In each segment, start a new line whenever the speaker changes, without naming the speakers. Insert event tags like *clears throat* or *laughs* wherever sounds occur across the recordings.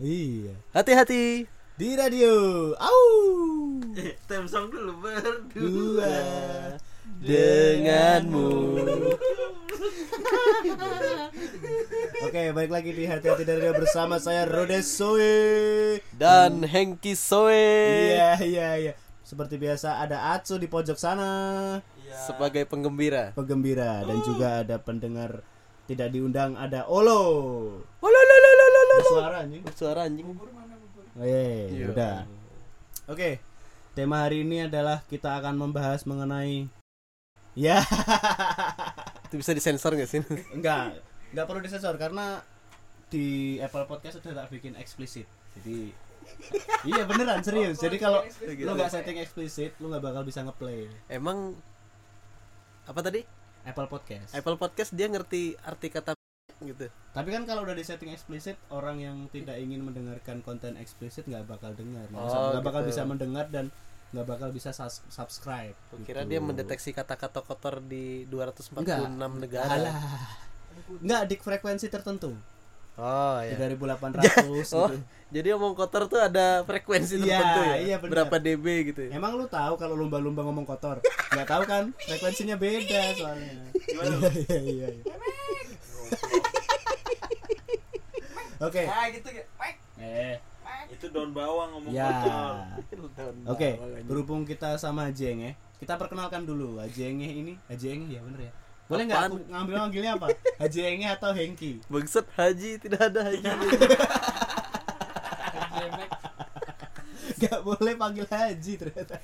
Iya.
Hati-hati.
Di radio. Au.
Eh, Time song dulu berdua.
Dua.
Denganmu.
Oke, balik lagi di hati-hati dari radio bersama saya Rodes Soe.
Dan Hengki Soe.
Iya, iya, iya. Seperti biasa ada Atsu di pojok sana.
Sebagai penggembira.
Penggembira dan juga ada pendengar tidak diundang ada Olo. Suara anjing.
Suara anjing.
Oh, iya, iya, iya, udah. Oke. Tema hari ini adalah kita akan membahas mengenai Ya. *laughs*
Itu bisa disensor gak sih?
Enggak, enggak perlu disensor karena di Apple Podcast sudah tak bikin eksplisit. Jadi Iya beneran serius. Jadi kalau lu nggak setting eksplisit, lu nggak bakal bisa ngeplay
*laughs* Emang apa tadi?
Apple Podcast.
Apple Podcast dia ngerti arti kata gitu.
Tapi kan kalau udah di setting eksplisit, orang yang tidak ingin mendengarkan konten eksplisit nggak bakal dengar, nggak bisa-
Oh,
nggak bakal
gitu.
bisa mendengar dan nggak bakal bisa sus- subscribe.
Kira
gitu.
dia mendeteksi kata-kata kotor di 246 negara.
Alah. Nggak di frekuensi tertentu.
Oh iya. *laughs*
3800
Oh,
gitu.
jadi omong kotor tuh ada frekuensi
Iya,
tertentu ya?
iya, benar.
Berapa dB gitu ya?
Emang lu tahu kalau lumba-lumba ngomong kotor? Nggak tahu kan? Frekuensinya beda soalnya. Iya *laughs* iya iya. iya. Oke.
Ah gitu ya. Mike,
Eh,
Itu daun bawang ngomong
ya.
kotor.
Oke,
Nah,
berhubung kita sama Ajeng ya. Kita perkenalkan dulu Ajengnya ini. Ajeng ya bener ya. Boleh nggak
Apaan?
aku ngambil manggilnya apa? Ajengnya atau Hengki?
Bangsat haji tidak ada haji.
Gak boleh panggil Haji ternyata.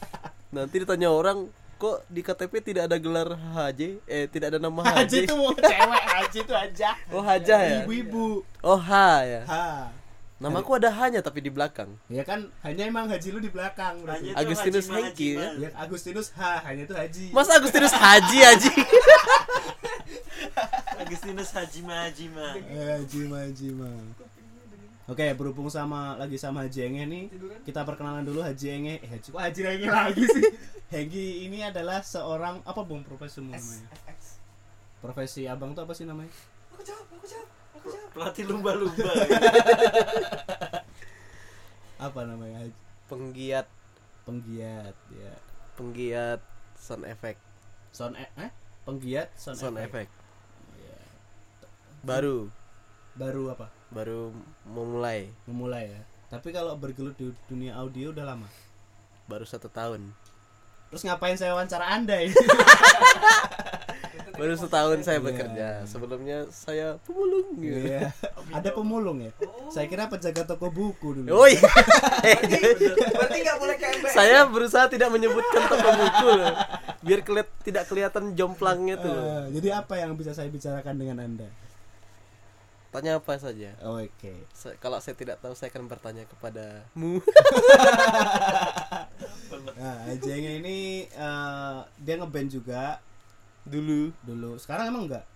Nanti ditanya orang kok di KTP tidak ada gelar haji? Eh tidak ada nama
Haji
haji.
itu mau cewek, Haji itu aja.
Oh hajah ya.
Ibu-ibu.
Oh ha ya.
Ha.
Namaku ada hanya tapi di belakang.
Ya kan hanya emang Haji lu di belakang.
Hanya
berarti.
itu
Agustinus
Haji Mas,
Hengki,
Haji
ya?
Mas.
Ya Agustinus H hanya itu Haji.
Mas Agustinus haji haji. *laughs*
Agustinus Haji Ma Haji Ma.
Eh, Jima Jima. Oke, berhubung sama lagi sama Haji Enge nih, kita perkenalan dulu Haji Enge. Eh, Haji, kok Haji Enge lagi sih? Hengki ini adalah seorang apa bung profesi namanya? Profesi abang tuh apa sih namanya?
Pelatih lumba-lumba.
Apa namanya? Haji?
Penggiat
Penggiat ya.
penggiat sound effect.
Sound e- eh? Penggiat sound,
Sound
effect.
effect.
Iya.
Baru
Baru apa?
baru memulai
Memulai ya. Tapi kalau bergelut di dunia audio udah lama.
baru satu tahun.
Terus ngapain saya wawancara Anda ya? *laughs* ini?
Baru setahun
Iya.
saya bekerja. Sebelumnya saya pemulung. gitu.
Iya. *laughs* Ada pemulung ya? Saya kira penjaga toko buku dulu.
Oh iya. *laughs*
Berarti nggak boleh KMBS.
saya berusaha tidak menyebutkan toko buku loh. Biar keliat, tidak kelihatan jomplangnya tuh. loh.
Eh, jadi apa yang bisa saya bicarakan dengan Anda?
Tanya apa saja.
Oke.
Sa- Kalau saya tidak tahu saya akan bertanya kepadamu.
Nah, Ajeng ini eh, dia ngeband juga
Dulu.
dulu. Sekarang emang enggak?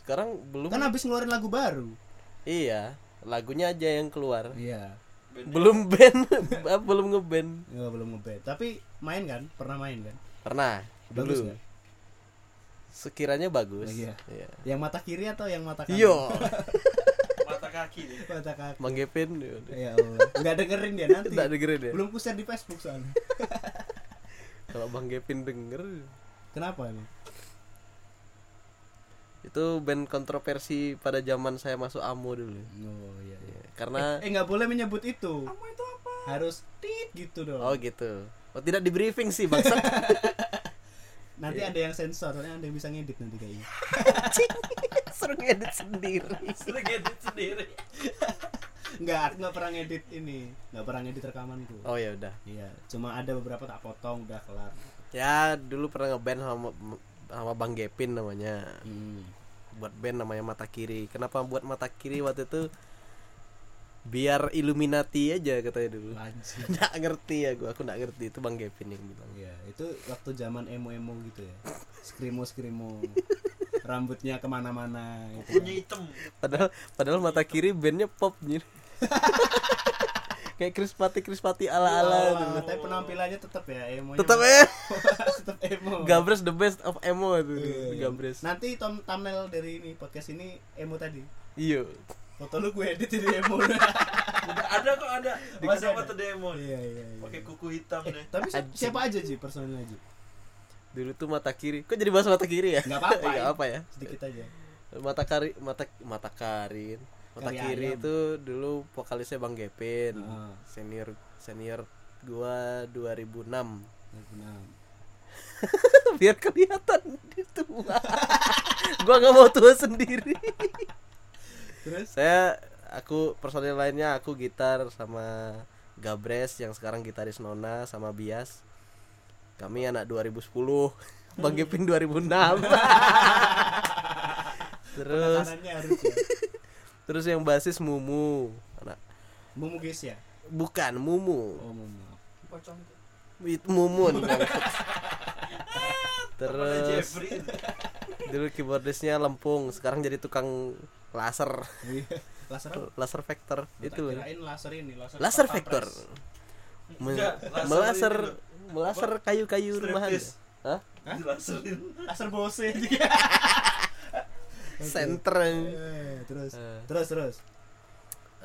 Sekarang belum.
Kan habis ngeluarin lagu baru.
Iya, lagunya aja yang keluar.
Iya.
Belum band, *laughs* eh, belum ngeband.
Nggak, Oh, belum ngeband. Tapi main kan? Pernah main kan?
Pernah
Bagus
dulu.
nggak?
Sekiranya bagus.
Iya.
Iya.
Yang mata kiri atau yang mata kanan?
Yo,
Mata kaki nih.
Mata kanan.
manggepin.
Ya Allah. Enggak dengerin dia nanti.
Tidak dengerin ya.
Belum kushare di Facebook soalnya.
Kalau Bang Gepin denger,
Kenapa emang?
itu band kontroversi pada zaman saya masuk AMO dulu.
Oh iya. iya.
Karena
Eh nggak boleh menyebut itu. Harus tit gitu dong.
Oh gitu. Oh tidak di briefing sih bangsa.
Nanti ada yang sensor, soalnya ada yang bisa ngedit nanti kayaknya.
*laughs* Suruh ngedit sendiri.
Sudah gedit sendiri.
Enggak, aku nggak pernah ngedit ini, nggak pernah ngedit rekamanku.
Oh ya udah.
Iya, cuma ada beberapa tak potong udah kelar.
Ya dulu pernah ngeband sama sama Bang Gepin namanya.
Hmm.
Buat band namanya Mata Kiri. Kenapa buat Mata Kiri waktu itu? Biar Illuminati aja katanya dulu. *laughs*
Lanjut.
Nggak ngerti ya gua, aku nggak ngerti itu Bang Gepin yang bilang.
Iya, itu waktu zaman emo-emo gitu ya. Skrimo-skrimo. Rambutnya kemana-mana gitu.
Punya hitam.
Padahal padahal Mata Kiri bandnya pop nih. *laughs* Kayak krispati krispati ala ala
Alah, Oh, tapi penampilannya tetap ya emo. *laughs*
Tetap ya
tetap emo.
Gabres the best of emo itu
Iya, iya.
Gabres
Nanti tom thumbnail dari ini podcast ini emo tadi.
Iya
Foto lu gue edit jadi emo. *laughs*
Udah ada kok ada.
Di
Masa
kan ada.
mata demon.
Iya iya. iya.
Pakai kuku hitam
Eh,
deh.
tapi si-
Anjing.
siapa aja sih personilnya Ji?
Dulu tuh mata kiri. Kok jadi bahas mata kiri ya?
Nggak apa-apa.
*laughs* Nggak apa ya.
Sedikit aja.
Mata kari mata mata karin. Mata
Kari
kiri
ayam.
itu dulu vokalisnya Bang Gepin.
Heeh.
Senior senior gua 2006.
Benar.
*laughs* Biar kelihatan itu. *laughs* gua nggak mau tua sendiri. *laughs*
Terus
Saya aku personil lainnya aku gitar sama Gabres yang sekarang gitaris Nona sama Bias. Kami anak 2010, Bang Gepin 2006. Terus
Kanannya harus ya.
Terus yang basis Mumu. Anak
Mumugis ya?
bukan Mumu.
Oh, Mumu.
Pocong.
It Mumun.
Pada
Terus
Jeffrey.
dulu keyboardisnya Lempung, sekarang jadi tukang laser,
Iya. laser apa?
laser vector
Tak
itu. loh.
Kirain laser ini, laser.
Laser
papan
vector.
press.
Me-
Enggak, laser
Melaser
ini loh.
melaser kayu-kayu rumahan. ya?
Striptease.
Hah?
Hah?
Dilaserin.
Laser bose.
*laughs* Center.
Eh, terus.
Eh.
Terus terus.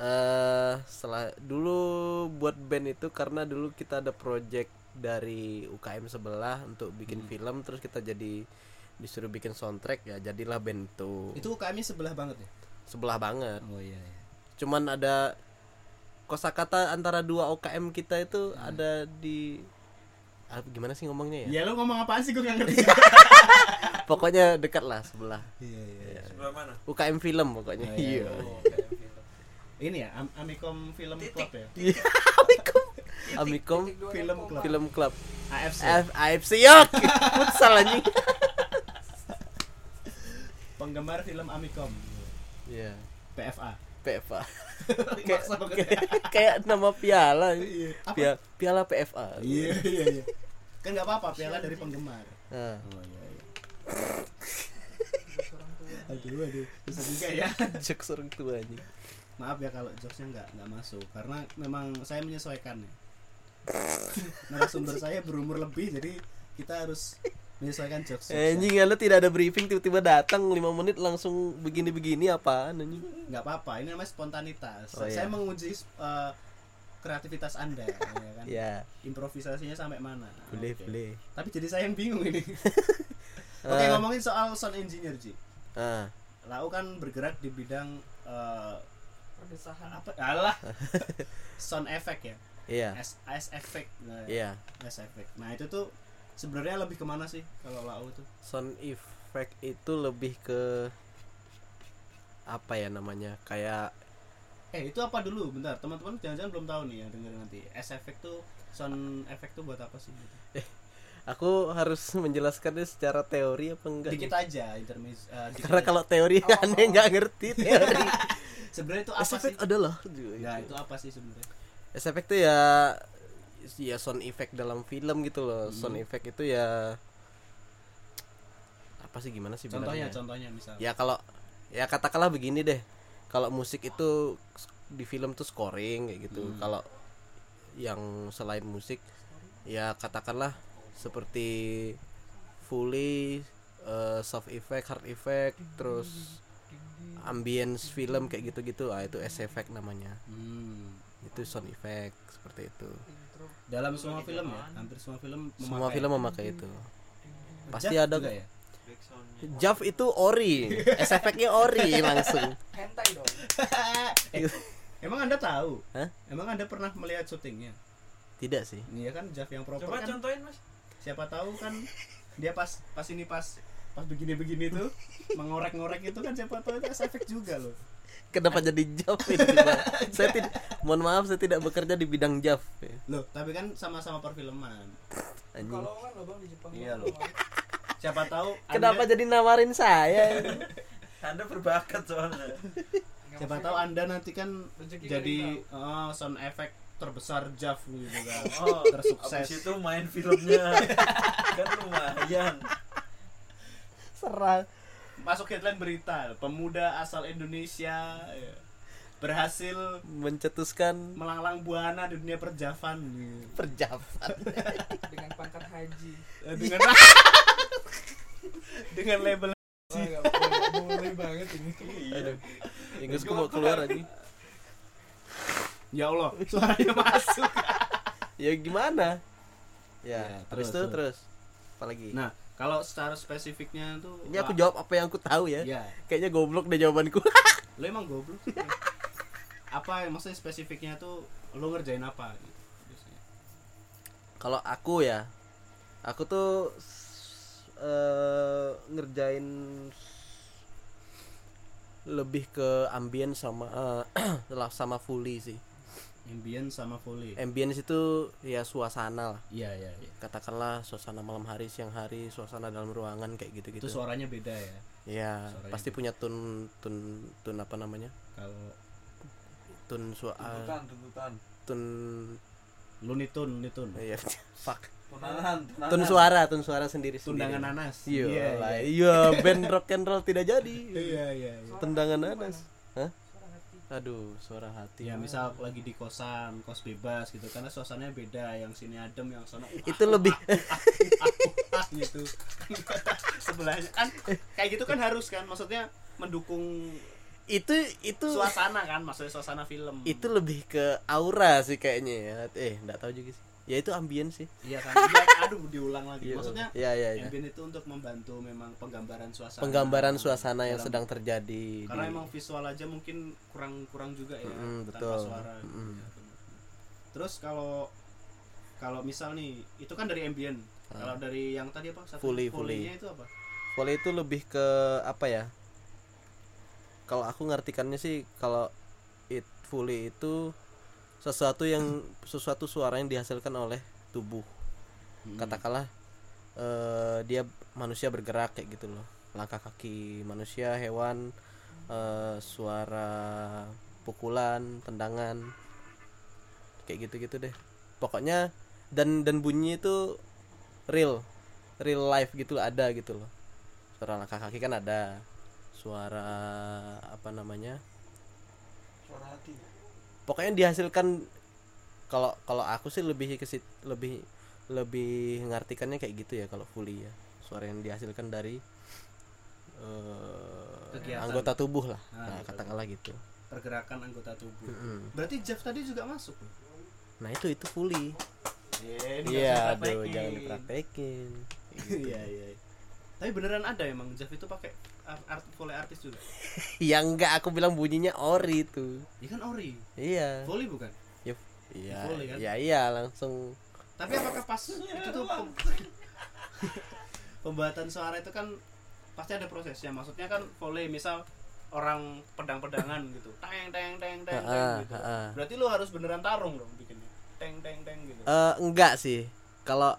eh setelah dulu buat band itu karena dulu kita ada project dari UKM sebelah untuk
Hmm.
bikin film terus kita jadi disuruh bikin soundtrack ya jadilah band itu
Itu kami sebelah banget ya.
sebelah banget
Oh iya iya.
cuman ada kosakata antara dua UKM kita itu
Hmm.
ada di ah, gimana sih ngomongnya ya
Ya lu ngomong apaan sih gue gak ngerti.
pokoknya dekat lah sebelah
*laughs* Iya iya. iya.
Sebelah mana?
UKM film pokoknya
Oh, iya.
iya
Oh, kayak film.
Ini ya Am- Amikom Film
Titik.
Club ya.
*laughs* Amikom
Titik dua
Film
koma.
club.
Iya. film club
AFC.
F- AFC yok futsal anjing
Penggemar film Amikom.
Iya.
*laughs* PFA.
PFA
Kayak
kayak nama piala
Iya, Apa?
piala, piala PFA
Iya iya iya. Kan nggak apa-apa piala dari penggemar.
Nah,
Oh iya iya. *laughs* aduh aduh bisa juga *laughs* ya
jokes orang tua anjing.
maaf ya kalau jokesnya nggak nggak masuk karena memang saya menyesuaikannya *laughs* narasumber saya berumur lebih jadi kita harus menyesuaikan jokes
Eh, anjing anda tidak ada briefing tiba-tiba datang 5 menit langsung begini-begini apaan anjing
nggak apa-apa ini namanya spontanitas
Oh,
saya
iya.
menguji eh, kreativitas anda ya kan
ya
improvisasinya sampai mana
boleh
Oke.
boleh
tapi jadi saya yang bingung
*laughs*
ini oke
Ah.
ngomongin soal sound engineer ji
ah
lau kan bergerak di bidang eh,
Perdesahan.
apa
*laughs*
alah sound effect ya
iya
S S effect nah,
iya
S effect nah itu tuh sebenarnya lebih kemana sih kalau lau tuh
sound effect itu lebih ke apa ya namanya kayak
eh itu apa dulu bentar teman-teman jangan-jangan belum tahu nih yang dengerin nanti S effect tuh sound effect tuh buat apa sih gitu.
aku harus *laughs* menjelaskannya secara teori apa enggak gitu.
dikit aja intermis eh, dikit oh,
karena
aja.
kalau teori
Awal-awal.
*laughs* aneh nggak
*laughs*
ngerti teori
sebenarnya itu Iya, apa sih
efek adalah
ya itu apa sih sebenarnya
Nah, Effect tuh ya ya sound effect dalam film gitu loh.
Hmm.
Sound effect itu ya apa sih gimana sih
contohnya
bilangnya?
contohnya misalnya
Ya kalau ya katakanlah begini deh. Kalau musik itu di film tuh scoring kayak gitu.
Hmm.
Kalau yang selain musik ya katakanlah seperti fully eh, soft effect, hard effect, terus ambience film kayak gitu-gitu. Ah itu S effect namanya.
Hmm.
Itu sound effect seperti itu.
Intro.
dalam semua film ya hampir semua film
Semua
memakai.
film memakai itu. Pasti
Jav
ada
juga
kok.
ya
Back soundnya.
Jav itu ori, efeknya ori langsung.
Hentai dong.
*laughs* Eh, *laughs* emang anda tahu
Hah?
emang anda pernah melihat syutingnya
Tidak sih.
Iya kan Jav yang proper
Coba
kan
contohin mas.
siapa tahu kan dia pas pas ini pas pas begini-begini tuh
*laughs*
mengorek-ngorek itu kan siapa tahu itu efek juga loh.
Kenapa jadi Jav ini? Bang? saya tidak mohon maaf saya tidak bekerja di bidang Jav.
Loh, tapi kan sama-sama perfilman.
Anjing.
Kalau kan lo bang di Jepang.
Iya,
lo.
loh. Siapa
*laughs*
tahu
Kenapa
anda,
jadi nawarin saya?
Anda berbakat soalnya.
siapa tahu Anda nanti kan
Rezeki
jadi eh, sound effect terbesar Jav gitu kan.
Oh,
Tersukses.
Abis itu main *laughs* filmnya kan lumayan.
Serang.
Masuk headline berita, pemuda asal Indonesia ya, berhasil
Mencetuskan
melanglang buana di dunia perjavan gitu.
perjavan.
dengan pangkat haji.
Eh, dengan
Iya.
*laughs* dengan label
Wah, gak boleh- boleh banget ini.
Aduh. Inggris gua mau keluar aja.
ya Allah suaranya masuk
*laughs* ya gimana ya,
Ya, terus,
terus tuh terus apalagi
nah kalau secara spesifiknya tuh
ini
wah,
aku jawab apa yang aku tahu ya
ya
kayaknya goblok deh jawabanku
lo emang goblok
*laughs*
sih. apa maksudnya spesifiknya tuh lo ngerjain apa gitu biasanya.
kalau aku ya aku tuh s- eh, ngerjain s- lebih ke ambient sama eh, *clears throat* lah, sama fully sih
ambient sama volley
ambience itu ya suasana lah
iya iya iya
katakanlah suasana malam hari siang hari suasana dalam ruangan kayak gitu
itu
gitu
suaranya beda ya
ya
suaranya
pasti punya tun tun tun apa namanya
kalau
tun suara
tuntutan tuntutan
tun
lunitun lunitun
ya *laughs* fuck
tunanan
tun suara tun suara
Ah,
sendiri
nah. tundangan nanas
iya
iya
lah,
iya.
iya band rock and roll tidak jadi
iya iya iya.
tendangan
Suara
nanas.
gimana?
Hah?
Suara hati.
aduh suara hati
Ya misal lagi di kosan, kos bebas gitu karena suasananya beda, yang sini adem, yang sana wah,
itu lebih *laughs*
ah, gitu. *laughs* Sebelahnya kan kayak gitu kan harus kan maksudnya mendukung
itu itu
suasana kan, maksudnya suasana film.
itu lebih ke aura sih kayaknya ya eh nggak tahu juga sih ya itu ambien sih
iya kan. Iya, aduh diulang lagi.
Iya,
Maksudnya
iya iya iya.
ambient itu untuk membantu memang penggambaran suasana.
penggambaran suasana
Dalam-
yang sedang terjadi
Karena
di-
emang visual aja mungkin kurang kurang juga ya
Mm,
tanpa
betul.
suara.
Mm.
Ya, benar. Terus kalau kalau misal nih itu kan dari ambient. Kalau dari yang tadi apa? Satu
Ah. Fully,
fully-nya itu apa?
Volley itu lebih ke apa ya? Kalau aku ngartikannya sih kalau it fully itu sesuatu yang sesuatu suara yang dihasilkan oleh tubuh. Katakanlah eh, dia manusia bergerak kayak gitu loh. Langkah kaki manusia, hewan, eh, suara pukulan, tendangan. Kayak gitu-gitu deh. Pokoknya dan dan bunyi itu real. Real life gitu loh, ada gitu loh suara langkah kaki kan ada suara apa namanya
suara hati
pokoknya dihasilkan kalau kalau aku sih lebih ke sit- lebih lebih ngartikannya kayak gitu ya kalau fully ya suara yang dihasilkan dari eh,
Kegiatan.
anggota tubuh lah
Nah,
nah,
anggota
katakanlah gitu
Pergerakan anggota tubuh.
Mm.
Berarti Jeff tadi juga masuk. loh.
nah itu itu fully
kan
Iya,
iya aduh jangan *laughs* dipraktekin gitu.
Iya, iya. Tapi beneran ada emang Jeff itu pakai art, art volley artis juga.
yang enggak Ya aku bilang bunyinya ori itu
Ya kan ori,
iya
volley bukan?
Ya, iya
Volley kan?
iya iya langsung
Tapi apakah pas itu tuh pem- *laughs* pembuatan suara itu kan pasti ada prosesnya. Maksudnya kan volley misal orang pedang-pedangan gitu. Teng teng teng teng teng
Ha-ha,
gitu.
ha-ha.
Berarti lu harus beneran tarung dong bikinnya. Teng teng teng gitu.
Eh, enggak sih kalau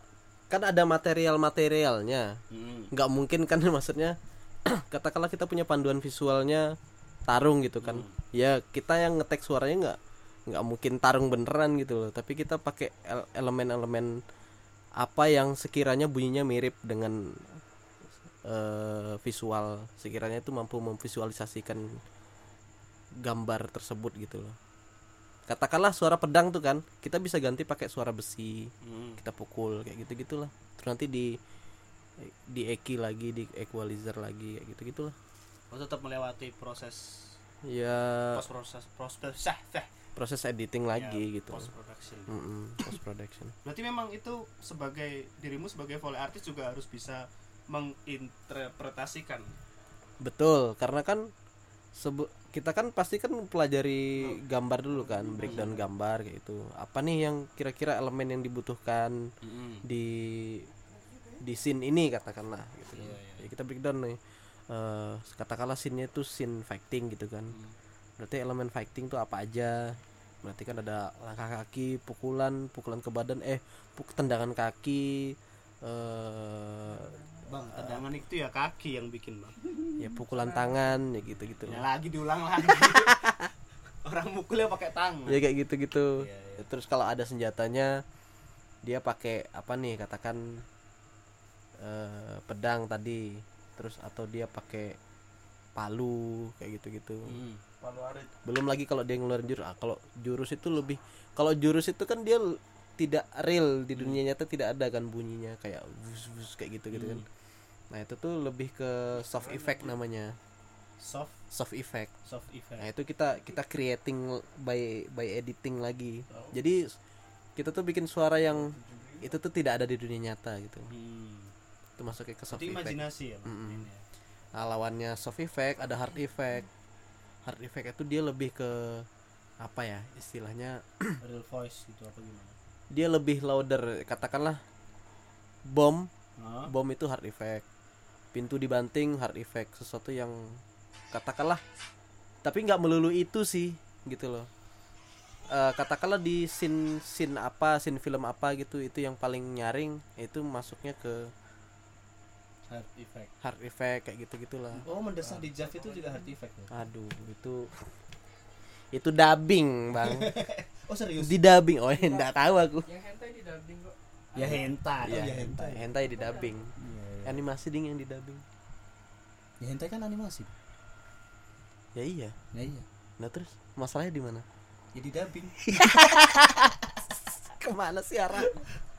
kan ada material-materialnya
Hmm.
nggak mungkin kan *laughs* maksudnya *clears throat* katakanlah kita punya panduan visualnya tarung gitu kan ya kita yang ngetek suaranya nggak nggak mungkin tarung beneran gitu loh tapi kita pakai el- elemen-elemen apa yang sekiranya bunyinya mirip dengan eh, visual sekiranya itu mampu memvisualisasikan gambar tersebut gitu loh katakanlah suara pedang tuh kan kita bisa ganti pakai suara besi
Hmm.
kita pukul kayak gitu gitulah terus nanti di di eki lagi di equalizer lagi kayak gitu gitulah
Lu tetap Oh, melewati proses
ya
post proses proses sah sah.
proses editing lagi
Ya,
gitu
Post production.
post production
Berarti memang itu sebagai dirimu sebagai volley artis juga harus bisa menginterpretasikan.
betul karena kan sebe- kita kan pasti kan pelajari gambar dulu kan
Iya.
breakdown gambar kayak gitu apa nih yang kira-kira elemen yang dibutuhkan Hmm. di di scene ini katakanlah gitu
Iya,
kan. Ya, kita breakdown nih Eh, katakanlah scene-nya itu scene fighting gitu kan
Hmm.
berarti elemen fighting tuh apa aja berarti kan ada langkah kaki pukulan pukulan ke badan eh puk tendangan kaki eh
Bang, tendangan itu ya kaki yang bikin, Bang.
ya pukulan tangan ya gitu gitu
Ya lagi diulang *laughs* lagi. Orang mukulnya pakai tangan.
ya kayak gitu gitu
Iya, iya.
terus kalau ada senjatanya dia pakai apa nih katakan eh, pedang tadi terus atau dia pakai palu kayak gitu gitu
Hmm.
palu arit
belum lagi kalau dia ngeluarin jurus Ah, kalau jurus itu lebih kalau jurus itu kan dia l- tidak real di dunia nyata tidak ada kan bunyinya kayak wus wus kayak gitu gitu kan nah itu tuh lebih ke soft effect namanya
soft
soft effect
soft effect
Nah itu kita kita creating by by editing lagi.
Oh. Iya.
Jadi kita tuh bikin suara yang itu tuh tidak ada di dunia nyata gitu.
hmm.
Itu masuknya ke soft
Jadi
effect.
imajinasi ya maksudnya
Mm-mm.
ya.
Nah, lawannya soft effect ada hard effect. Hard effect itu dia lebih ke apa ya istilahnya
real voice gitu apa gimana
dia lebih louder katakanlah bom
oh.
bom itu hard effect pintu dibanting hard effect sesuatu yang katakanlah tapi nggak melulu itu sih gitu loh Eh, katakanlah di scene scene apa scene film apa gitu itu yang paling nyaring itu masuknya ke
hard effect
hard effect kayak gitu gitulah
oh mendesah di Jav itu juga hard effect ya?
aduh itu itu dubbing bang
oh serius
di dubbing oh *laughs* enggak tahu aku
yang hentai di dubbing kok
ya hentai oh,
ya
ya hentai
hentai hentai di dubbing
Iya, iya.
animasi ding yang di dubbing
ya hentai kan animasi
ya iya
ya iya
nah terus masalahnya di mana
jadi dubbing
*laughs* kemana sih arah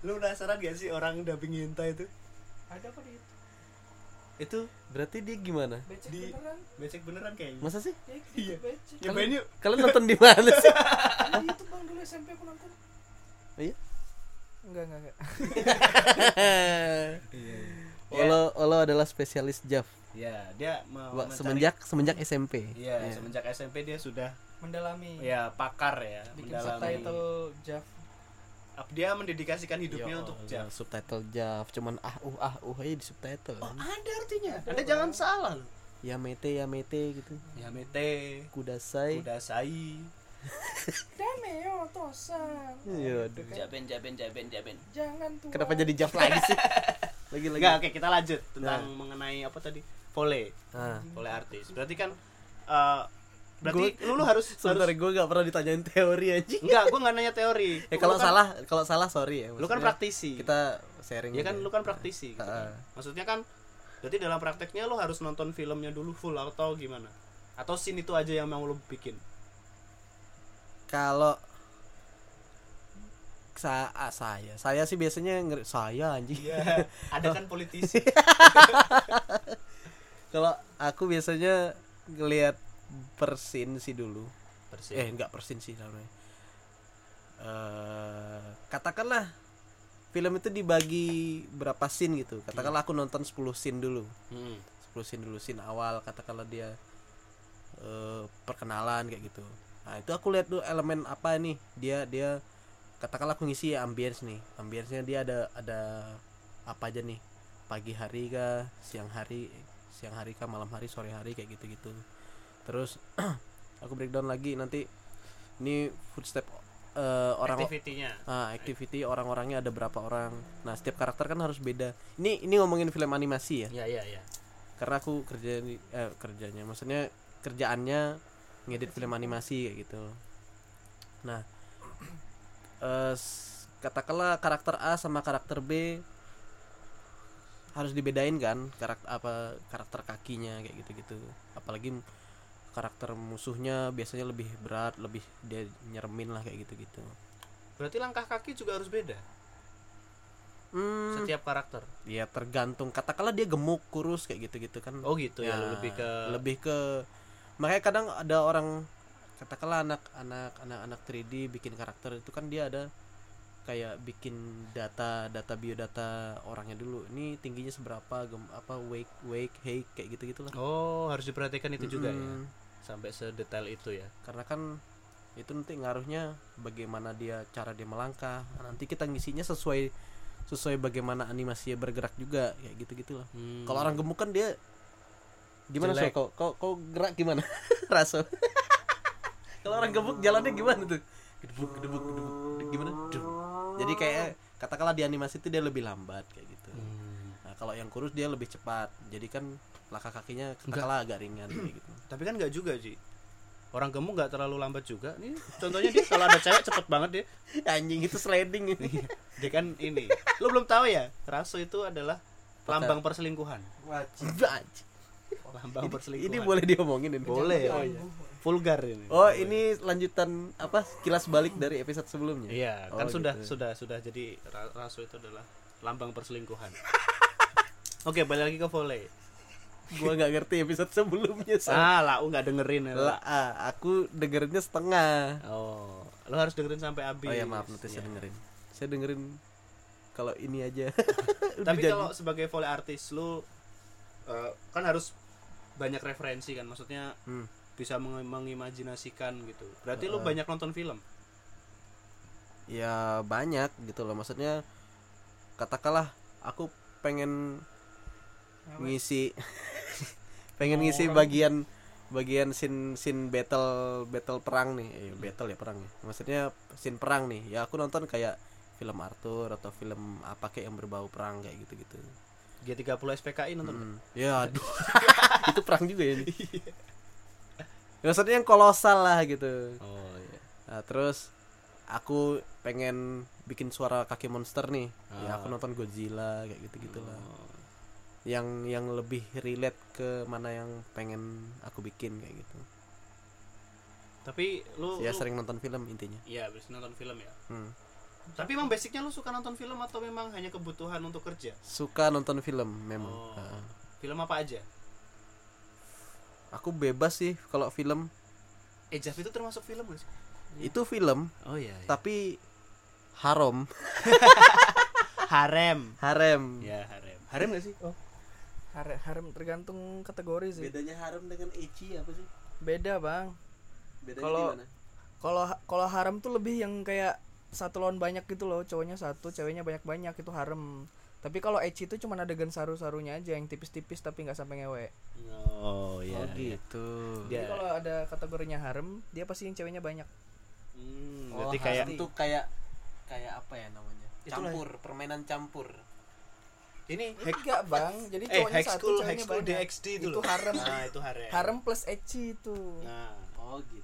lu penasaran gak sih orang dubbing hentai itu
ada kok di itu
itu
Berarti dia gimana?
becek
Di-
beneran
becek beneran kayaknya
Masa sih?
ya gitu
Iya.
becek
Kalau-
Nyobain yuk
Kalian nonton di mana sih? *laughs*
Ada di YouTube bang dulu SMP aku nonton
*laughs* Iya.
enggak enggak enggak
iya. Olo Olo adalah spesialis Jav.
ya dia mau
Wak,
mencari-
semenjak semenjak SMP.
Iya,
Iya.
semenjak SMP dia sudah
mendalami
ya pakar ya
bikin
mendalami.
subtitle Jav
Ap- Dia mendedikasikan hidupnya
Ya
untuk
Allah,
Jav.
Subtitle Jav, cuman ah uh ah uh aja di subtitle.
ada artinya. Anda jangan salah loh.
Ya mete ya mete gitu.
Ya mete,
Kudasai.
kudasai,
dameo ya, tosan
Iya, aduh.
Jaben jaben jaben jaben.
jangan tuh
Kenapa jadi Jav lagi *laughs* sih? lagi lagi.
Enggak, oke kita lanjut tentang mengenai apa tadi? Volley,
Ah.
volley artis. Berarti kan eh, berarti
Gua-
lu, lu *laughs* harus
Sebentar
harus
gue gak pernah ditanyain teori aja.
Enggak, gua enggak nanya teori.
Ya
Lu
kalau
kan-
salah, kalau salah sorry ya.
lu kan
maksudnya
praktisi.
Kita sharing.
Ya kan
aja.
lu kan praktisi gitu kan.
Ah.
Maksudnya kan berarti dalam prakteknya lu harus nonton filmnya dulu full atau gimana? Atau scene itu aja yang mau lu bikin?
kalau sa ah, saya saya sih biasanya ngeri saya anjing
Iya, *laughs* ada kan *laughs* politisi.
kalau aku biasanya ngelihat persin sih dulu eh nggak persin sih namanya Eh, katakanlah film itu dibagi berapa scene gitu
Iya.
katakanlah aku nonton 10 scene dulu
Hmm.
10 scene dulu scene awal katakanlah dia eh, perkenalan kayak gitu nah itu aku lihat dulu elemen apa nih dia dia katakanlah aku ngisi ya ambience nih ambience-nya dia ada ada apa aja nih pagi hari kah siang hari siang hari kah malam hari sore hari kayak gitu gitu terus *clears throat* aku breakdown lagi nanti ini footstep eh, orang
Activity-nya.
Ah, activity orang-orangnya ada berapa orang. Nah, setiap karakter kan harus beda. Ini ini ngomongin film animasi ya
Ya, ya, ya.
karena aku kerja di- eh, kerjanya maksudnya kerjaannya ngedit film animasi kayak gitu nah eh, s- katakanlah karakter A sama karakter B harus dibedain kan karakter apa karakter kakinya kayak gitu gitu apalagi m- karakter musuhnya biasanya lebih berat lebih dia nyeremin lah kayak gitu gitu
Berarti langkah kaki juga harus beda
hmm,
setiap karakter.
ya tergantung katakanlah dia gemuk kurus kayak gitu gitu kan
Oh gitu ya,
Ya,
lu lebih ke
lebih ke makanya kadang ada orang katakanlah anak-anak anak-anak 3D bikin karakter itu kan dia ada kayak bikin data data biodata orangnya dulu ini tingginya seberapa gem apa wake wake height kayak gitu gitulah
Oh, harus diperhatikan itu juga ya.
Mm-mm.
Sampai sedetail itu ya.
karena kan itu nanti ngaruhnya bagaimana dia cara dia melangkah Nah, nanti kita ngisinya sesuai sesuai bagaimana animasinya bergerak juga kayak gitu gitulah
Hmm.
kalau orang gemuk kan dia gimana
Jelek.
sih kau kau kau gerak gimana *laughs* raso kalau orang gemuk jalannya gimana tuh gedebuk gedebuk gedebuk Dek, gimana Duh. jadi kayak katakanlah di animasi itu dia lebih lambat kayak gitu
Hmm.
nah kalau yang kurus dia lebih cepat jadi kan langkah kakinya katakanlah agak ringan kayak gitu
Tapi kan nggak juga sih. Orang gemuk nggak terlalu lambat juga. Ini contohnya dia kalau ada cewek cepet banget dia.
anjing itu *laughs* sliding
Dia kan ini. Lu belum tahu ya, raso itu adalah
Apa?
lambang perselingkuhan.
Wajib.
Anjing.
Lambang perselingkuhan.
ini boleh diomongin ini
Boleh.
Jangan
oh iya.
diambu.
vulgar ini.
oh ini lanjutan apa kilas balik dari episode sebelumnya
Iya,
Oh,
kan sudah
gitu. *laughs*
sudah sudah jadi ra- *laughs* raso itu adalah lambang perselingkuhan. Oke, balik lagi ke volley.
gua nggak ngerti episode sebelumnya Sam.
ah lau nggak dengerin ya, Lau.
Lah, ah, aku dengerinnya setengah
oh lo harus dengerin sampai habis
oh ya maaf nanti
Iya.
saya dengerin saya dengerin kalau ini aja Udah
tapi
jadi.
kalau sebagai volley artis lu eh, kan harus banyak referensi kan maksudnya
Hmm. Eh.
bisa meng- mengimajinasikan gitu berarti lu
Heeh.
banyak nonton film
ya banyak gitu loh maksudnya katakanlah aku pengen ngisi *laughs* pengen ngisi
Orang.
bagian bagian scene scene battle battle perang nih eh, battle ya perang ya maksudnya scene perang nih ya aku nonton kayak film Arthur atau film apa kayak yang berbau perang kayak gitu gitu
G30 SPKI nonton nggak?
ya aduh *laughs* itu perang juga ya ini Ya, maksudnya yang kolosal lah gitu
oh iya
Nah, terus aku pengen bikin suara kaki monster nih.
Ah.
Ya aku nonton Godzilla kayak gitu-gitu lah.
Oh.
Yang yang lebih relate ke mana yang pengen aku bikin kayak gitu.
tapi lu
Ya
lu-
sering nonton film intinya.
Iya, habis nonton film ya
Hmm.
tapi emang basicnya lu suka nonton film atau memang hanya kebutuhan untuk kerja
Suka nonton film memang.
Oh.
Ah.
film apa aja
Aku bebas sih kalau film.
eh Jav itu termasuk film gak sih
Itu film
oh iya,
tapi haram, *laughs*
harem
harem.
ya harem harem gak sih oh
Har- harem tergantung kategori sih. Beda,
bedanya haram dengan eci apa sih
bang.
bedanya
Kalau-
di mana
Kalau kalau harem tuh lebih yang kayak satu lawan banyak gitu loh, cowoknya satu, ceweknya banyak-banyak itu harem. Tapi kalau ecchi itu cuma adegan saru-sarunya aja yang tipis-tipis tapi nggak sampai ngewe.
oh iya
Oh
iya.
gitu.
Dia-
Jadi kalau ada kategorinya harem, dia pasti yang ceweknya banyak.
Hmm,
Oh,
berarti kayak
haram tuh kayak kayak apa ya namanya?
Itulah.
Campur, permainan campur.
ini kan
Enggak, Bang.
eh
Jadi cowoknya
hack
satu,
school hack
ceweknya
school
banyak.
DXD itu,
Itu
loh.
harem.
nah itu harem
Harem plus ecchi itu.
nah
Oh gitu.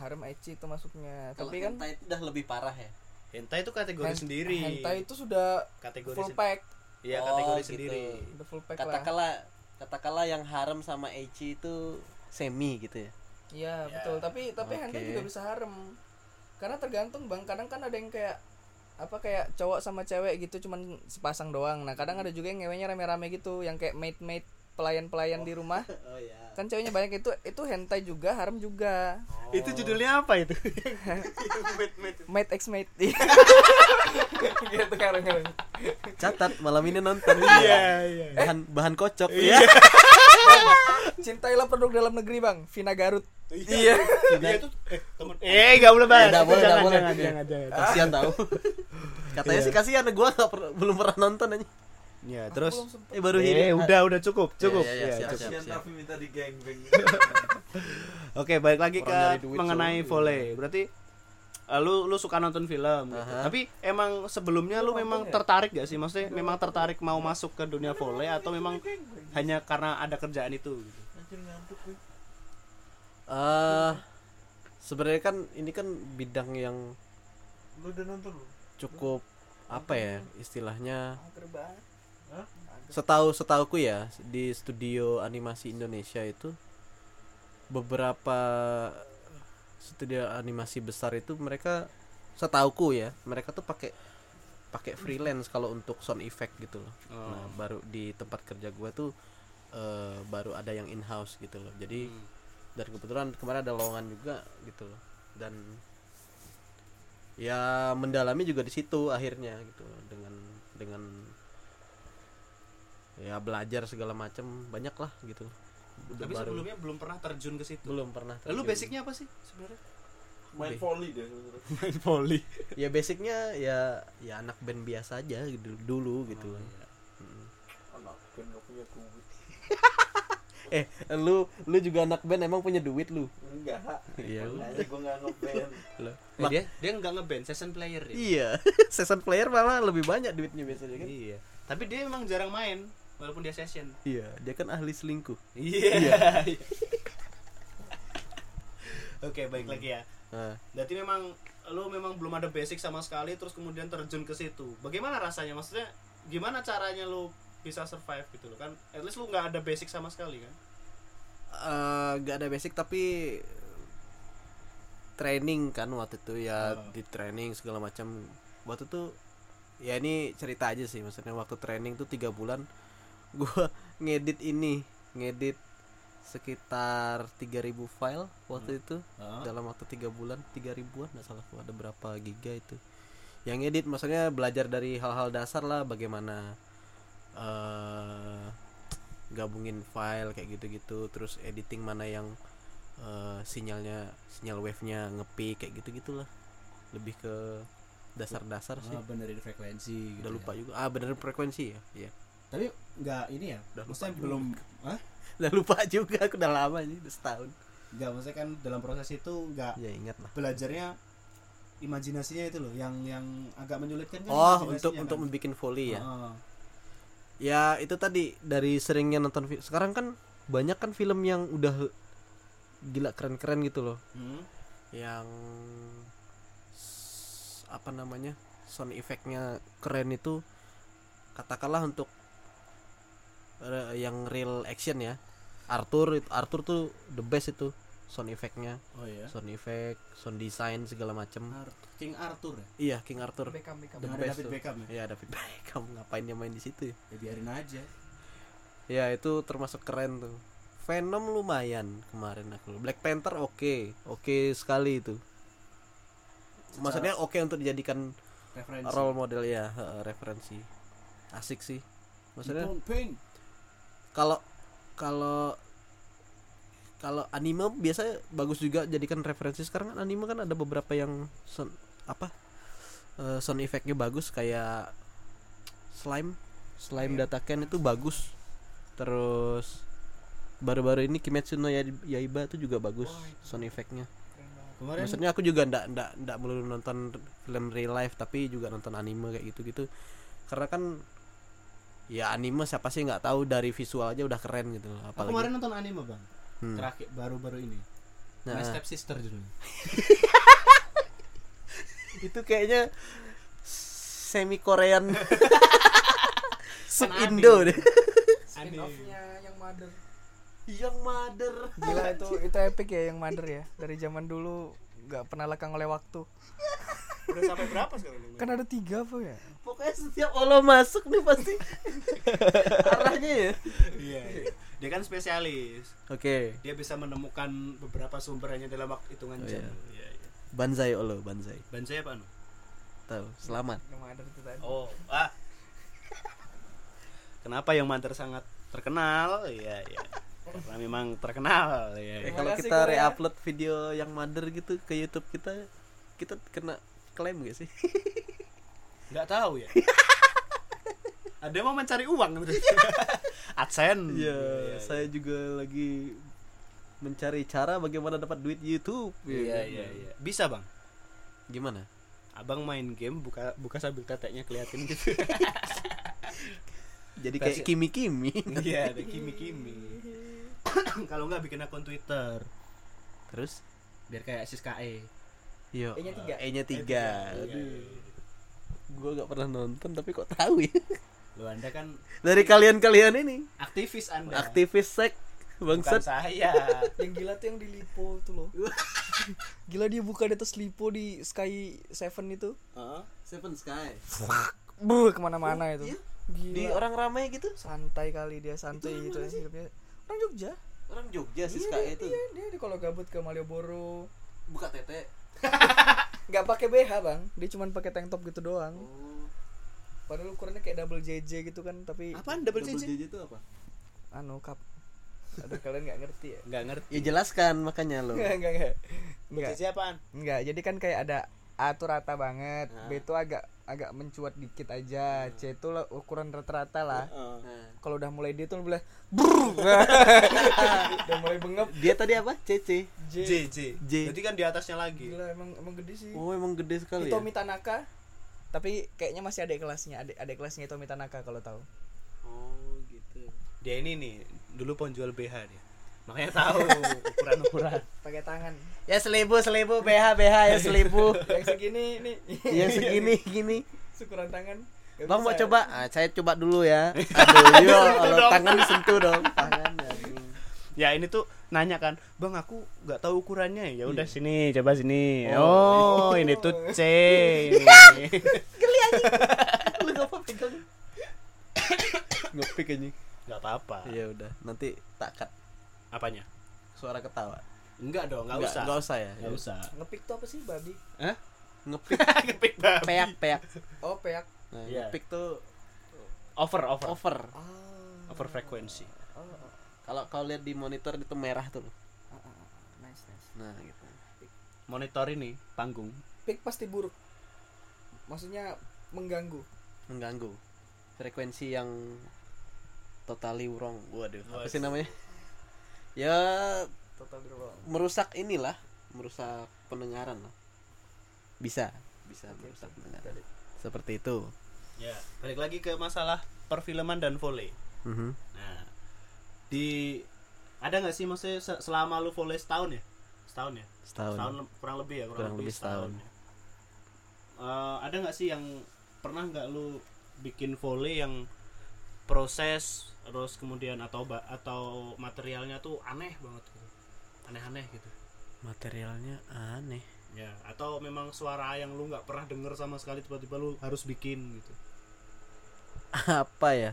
Harem ecchi itu masuknya.
Kalau
Tapi kan
hentai itu udah lebih parah ya.
hentai itu kategori
hen-
sendiri
Hentai itu sudah
kategori
full
sen-
pack,
iya
Oh,
kategori
gitu.
sendiri
udah full pack lah.
Katakanlah katakanlah yang harem sama Eichi itu semi gitu ya.
Iya,
Ya.
betul. Tapi tapi
Oke.
hentai juga bisa harem. Karena tergantung, Bang. Kadang kan ada yang kayak apa kayak cowok sama cewek gitu cuman sepasang doang. Nah, kadang ada juga yang ngewenya rame-rame gitu, yang kayak mate-mate pelayan-pelayan di rumah.
*laughs* Oh ya.
Kan ceweknya banyak itu itu hentai juga, harem
*laughs*
juga.
itu judulnya apa itu
Mate x mate. *laughs* gitu kan.
*laughs* Catat malam ini nonton.
iya
Bahan bahan kocok. ya.
Cintailah produk dalam negeri, Bang. Vina Garut.
iya itu eh temen *laughs* eh gak boleh bahas
Nggak boleh,
Jangan,
nggak boleh.
jangan,
Iya.
jangan, jangan.
*laughs* Kasihan tahu. Katanya
Iya.
sih kasihan gua nggak per- belum pernah nonton aja.
ya terus
Aku belum sempet.
Eh baru ini.
eh udah udah cukup cukup
Iya, iya,
Iya,
siap,
cukup.
siap,
kasihan
siap.
tapi minta
*laughs*
digenggeng
Oke, balik lagi
Orang nyari
ke
duit
mengenai
soalnya.
volley. Berarti eh, lu lu suka nonton film gitu.
Aha.
Tapi emang sebelumnya lu ya? memang tertarik gak sih? Maksudnya memang tertarik mau masuk ke dunia volley atau memang hanya karena ada kerjaan itu gitu?
anjir ngantuk gue
Eh sebenarnya kan ini kan bidang yang
lu udah nonton lu
cukup apa ya istilahnya
Angker banget.
Hah?
setahu setauku ya di studio animasi Indonesia itu beberapa studio animasi besar itu mereka setauku ya mereka tuh pakai pakai freelance kalau untuk sound effect gitu loh
Oh.
nah baru di tempat kerja gua tuh eh, baru ada yang in house gitu loh jadi
Hmm.
dan kebetulan kemarin ada lowongan juga gitu loh dan ya mendalami juga di situ akhirnya gitu loh. dengan dengan ya belajar segala macam banyak lah gitu loh. Udah
Tapi
baru-
sebelumnya belum pernah terjun ke situ.
belum pernah
Lu
terjun.
basicnya apa sih sebenarnya?
main
Oke.
volley deh sebenarnya.
Main volley.
ya basicnya ya ya anak band biasa aja gitu- dulu gitu loh Mm.
anak kan gak punya duit
eh lu lu juga anak band emang punya duit lu
enggak
iya lu
makanya gue gak ngeband
Loh.
Eh, dia dia nggak ngeband session player ya.
iya *laughs* session player malah lebih banyak duitnya biasanya kan
Iya. Tapi dia emang jarang main walaupun dia session.
iya dia kan ahli selingkuh
Iya. *laughs* Oke, baik lagi ya.
Nah,
Berarti memang lo memang belum ada basic sama sekali terus kemudian terjun ke situ. Bagaimana rasanya? Maksudnya gimana caranya lo bisa survive gitu lo kan? At least lo nggak ada basic sama sekali kan?
eh, nggak ada basic tapi training kan waktu itu ya di training segala macam waktu itu ya ini cerita aja sih maksudnya waktu training tuh tiga bulan *laughs* gua ngedit ini ngedit sekitar 3000 file waktu itu
Heeh.
dalam waktu tiga bulan tiga ribuan nggak salah aku ada berapa giga itu yang edit maksudnya belajar dari hal-hal dasar lah bagaimana eh gabungin file kayak gitu-gitu terus editing mana yang eh, sinyalnya sinyal wave-nya ngepick kayak gitu gitulah lebih ke dasar-dasar sih
Ah, benerin frekuensi gitu ya.
udah lupa juga ah benerin frekuensi ya iya *laughs*
tapi nggak ini ya
Udah
maksudnya
lupa juga.
belum Hah?
udah lupa juga aku udah lama sih udah setahun
nggak maksudnya kan dalam proses itu nggak
ya ingat lah
belajarnya imajinasinya itu loh yang yang agak menyulitkan kan
oh
imajinasinya
untuk
kan.
untuk membuat volley ya
Heeh.
ya itu tadi dari seringnya nonton film sekarang kan banyak kan film yang udah gila keren-keren gitu loh
Hmm.
yang s- apa namanya sound effectnya keren itu katakanlah untuk eh, yang real action ya Arthur it- Arthur tuh the best itu sound effectnya
oh iya
sound effect sound design segala macem
Ar- King Arthur ya
iya King Arthur
Beckham Beckham
The
yang ada
best
Ah. David
tuh.
Beckham ya?
iya David Beckham ngapain dia main di situ ya
ya biarin aja
Ya itu termasuk keren tuh. Venom lumayan kemarin aku. Black Panther oke, oke sekali itu. Maksudnya oke untuk dijadikan
referensi
role model ya, heeh, referensi. Asik sih. Maksudnya
Nippon Paint.
kalau kalau kalau anime biasanya bagus juga jadikan referensi. Sekarang kan anime kan ada beberapa yang sound, apa? eh, sound effectnya bagus kayak slime, slime dataken itu bagus. Terus baru-baru ini Kimetsu no Yai- Yaiba itu juga bagus sound effectnya.
kemarin
Maksudnya aku juga ndak ndak ndak melulu nonton film real life tapi juga nonton anime kayak gitu-gitu. Karena kan ya anime siapa sih nggak tahu dari visual aja udah keren gitu loh
aku
apalagi.
Oh, kemarin nonton anime bang
Hmm.
terakhir baru-baru ini
Nah,
My Step Sister dulu
itu kayaknya semi *laughs* Korean sub
anime.
Indo deh.
Spin off-nya yang mother
Yang mother.
Gila itu itu epic ya yang mother ya Dari zaman dulu nggak pernah lekang oleh waktu
udah sampai berapa sekarang
Kan ada tiga apa ya
Pokoknya setiap Olo masuk nih *laughs* pasti arahnya ya.
*laughs* iya iya. dia kan spesialis
Oke,
dia bisa menemukan beberapa sumber hanya dalam waktu hitungan
Oh,
jam
iya.
iya iya
Banzai Olo, Banzai.
ban saya apa anu
Tahu, selamat.
Yang mother itu tadi
oh ah kenapa yang mantar sangat terkenal iya iya karena memang terkenal iya, iya.
Eh, kalau
kasih,
kita
Korea.
re-upload video yang mother gitu ke YouTube kita, kita kena klaim gak sih?
nggak tahu ya *laughs* ada yang mau mencari uang
*laughs*
adsense
Iya, saya juga lagi mencari cara bagaimana dapat duit YouTube. ya
iya
kan?
iya iya bisa bang
Gimana?
abang main game buka buka sambil teteknya keliatin gitu
Jadi kayak
Versi-
kimi-kimi.
iya ada kimi kimi *coughs* kalau nggak bikin akun twitter
Terus?
biar kayak E. SKE
Yo.
E-nya tiga.
E-nya tiga.
Iya.
Aduh, Gua gak pernah nonton tapi kok tahu ya. *laughs*
lo anda kan
Dari kalian-kalian ini,
aktivis anda
aktivis sek
Iya. bukan
bangsat.
saya
Yang gila tuh yang di Lipo tuh loh Gila dia buka di atas Lipo di Sky Seven itu
Seven Sky.
Buh kemana-mana itu
iya?
Gila
Di orang ramai gitu,
Santai kali dia santai gitu ya hidupnya Orang Jogja
orang Jogja sih
Iya,
Sky
dia,
itu.
dia, dia, dia kalau gabut ke Malioboro
Buka tete.
nggak pakai BH bang dia cuma pakai tank top gitu doang padahal ukurannya kayak double JJ gitu kan tapi
apaan double cincin
itu apa?
anu cup ada kalian nggak ngerti ya
nggak ngerti
Ya jelaskan makanya lo.
*laughs* nggak nggak nggak nggak
cincin apaan
nggak jadi kan kayak ada A tuh rata banget
Nah.
B tuh agak agak mencuat dikit aja
Hmm.
C tuh lah ukuran rata-rata lah kalau udah mulai D
*laughs*
tuh mulai brrrr. udah mulai bengep
Dia tadi apa? CC.
J
J J
J.
jadi kan di atasnya lagi
gila emang emang gede sih
Oh, emang gede sekali
Hitomi Tanaka tapi kayaknya masih ada kelasnya ada ada kelasnya Hitomi Tanaka kalau tahu
Oh, gitu.
dia ini nih dulu penjual BH dia *laughs* makanya tahu ukuran ukuran
pakai tangan
Ya selibu, selibu BH BH ya selibu.
*laughs*
yang segini *laughs* nih
ya segini gini.
ukuran tangan Gak
Bang mau
bisa. ya?
coba? Ah, saya coba dulu
*laughs*
ya. Aduh, yo, kalau tangan disentuh dong. Tangan ya.
ya ini tuh nanya kan bang aku nggak tahu ukurannya ya udah sini coba sini oh,
Oh.
ini tuh C
*coughs* Ngepik anjing.
nggak apa-apa
ya udah nanti tak cut
apanya
suara ketawa
enggak dong nggak
Nggak-
usah
nggak usah ya
nggak *laughs* usah
Ngepik tuh apa sih babi?
ngepick
kepik banget
peyak
*laughs*
peyak
Oh, peak.
nah,
Iya.
ngepick tuh
over over
over
Oh.
over frekuensi
Oh, oh.
kalau kau lihat di monitor itu merah tuh loh.
oh, oh, oh. Nice, nice.
nah gitu
monitor ini panggung
Pik pasti buruk. Maksudnya mengganggu.
mengganggu frekuensi yang totally wrong waduh apa sih
Waduh.
namanya ya
Total wrong.
merusak inilah merusak pendengaran lah bisa bisa merusak pendengaran seperti itu
ya balik lagi ke masalah perfilman dan volley Nah, di ada nggak sih maksudnya se- selama lu volley setahun ya? Setahun ya?
setahun
Setahun le- kurang lebih ya, kurang,
Kurang lebih setahun.
ya. Eh, ada nggak sih yang pernah nggak lu bikin volley yang proses terus kemudian atau ba- atau materialnya tuh aneh banget gitu. Aneh-aneh gitu.
materialnya aneh
Ya, atau memang suara yang lu nggak pernah denger sama sekali tiba-tiba lu harus bikin gitu.
apa ya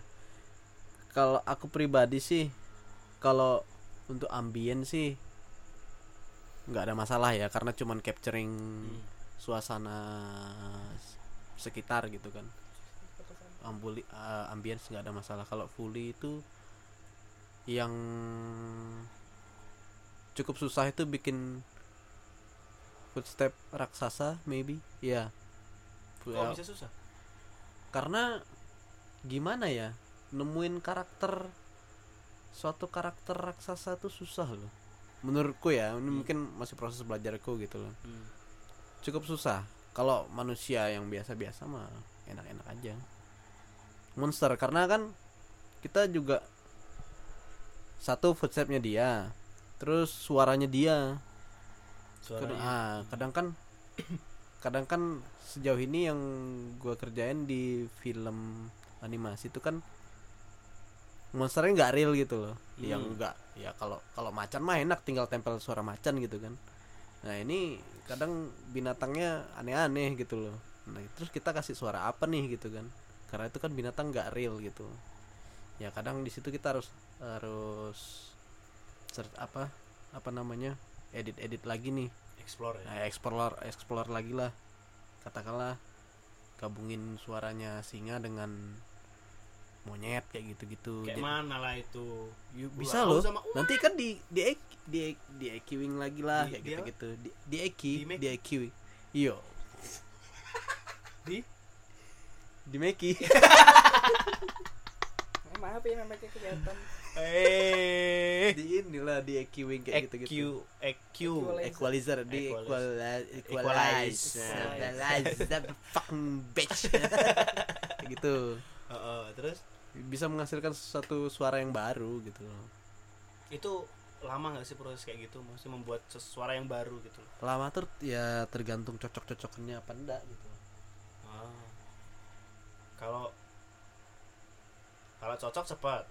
kalau aku pribadi sih kalau untuk ambien sih nggak ada masalah ya karena cuman capturing suasana s- sekitar gitu kan ambuli eh, ambience nggak ada masalah kalau fully itu yang cukup susah itu bikin footstep raksasa maybe ya
Kok
Ya,
bisa susah?
karena gimana ya nemuin karakter suatu karakter raksasa tuh susah loh menurutku ya ini mungkin masih proses belajarku gitu loh cukup susah kalau manusia yang biasa-biasa mah enak-enak aja monster karena kan kita juga satu footstepnya dia terus suaranya dia kadang,
Suaranya.
ah, kadang kan *coughs* kadang kan sejauh ini yang gua kerjain di film animasi itu kan monsternya nggak real gitu loh yang
Hmm.
enggak ya kalau kalau macan mah enak tinggal tempel suara macan gitu kan nah ini kadang binatangnya aneh-aneh gitu loh nah terus kita kasih suara apa nih gitu kan karena itu kan binatang nggak real gitu ya kadang di situ kita harus harus search apa apa namanya edit edit lagi nih
Explore ya.
Nah, explore explore lagi lah. Katakanlah gabungin suaranya singa dengan monyet kayak gitu-gitu.
Kayak
Jadi-
mana lah itu?
Yu-
Ular
bisa
haus
loh.
sama
Nanti kan di di di di EQ-ing lagi lah
Di-
kayak
di apa?
gitu-gitu. Di di EQ,
Iya. Di make-
di EQ. Iya.
Di?
Di
*laughs*
Meki.
Emang apa ya namanya kelihatan?
Eh.
di inilah di EQ-ing
EQ,
kayak gitu-gitu.
EQ,
Equalizer di equalize
Equalize.
equalize equalize that fucking bitch. *laughs* Kayak gitu.
Heeh, terus
bisa menghasilkan satu suara yang baru gitu loh.
itu lama nggak sih proses kayak gitu? Maksudnya membuat sesuara yang baru gitu.
Lama tuh ya tergantung cocok-cocokannya apa enggak gitu.
Kalau kalau cocok cepat.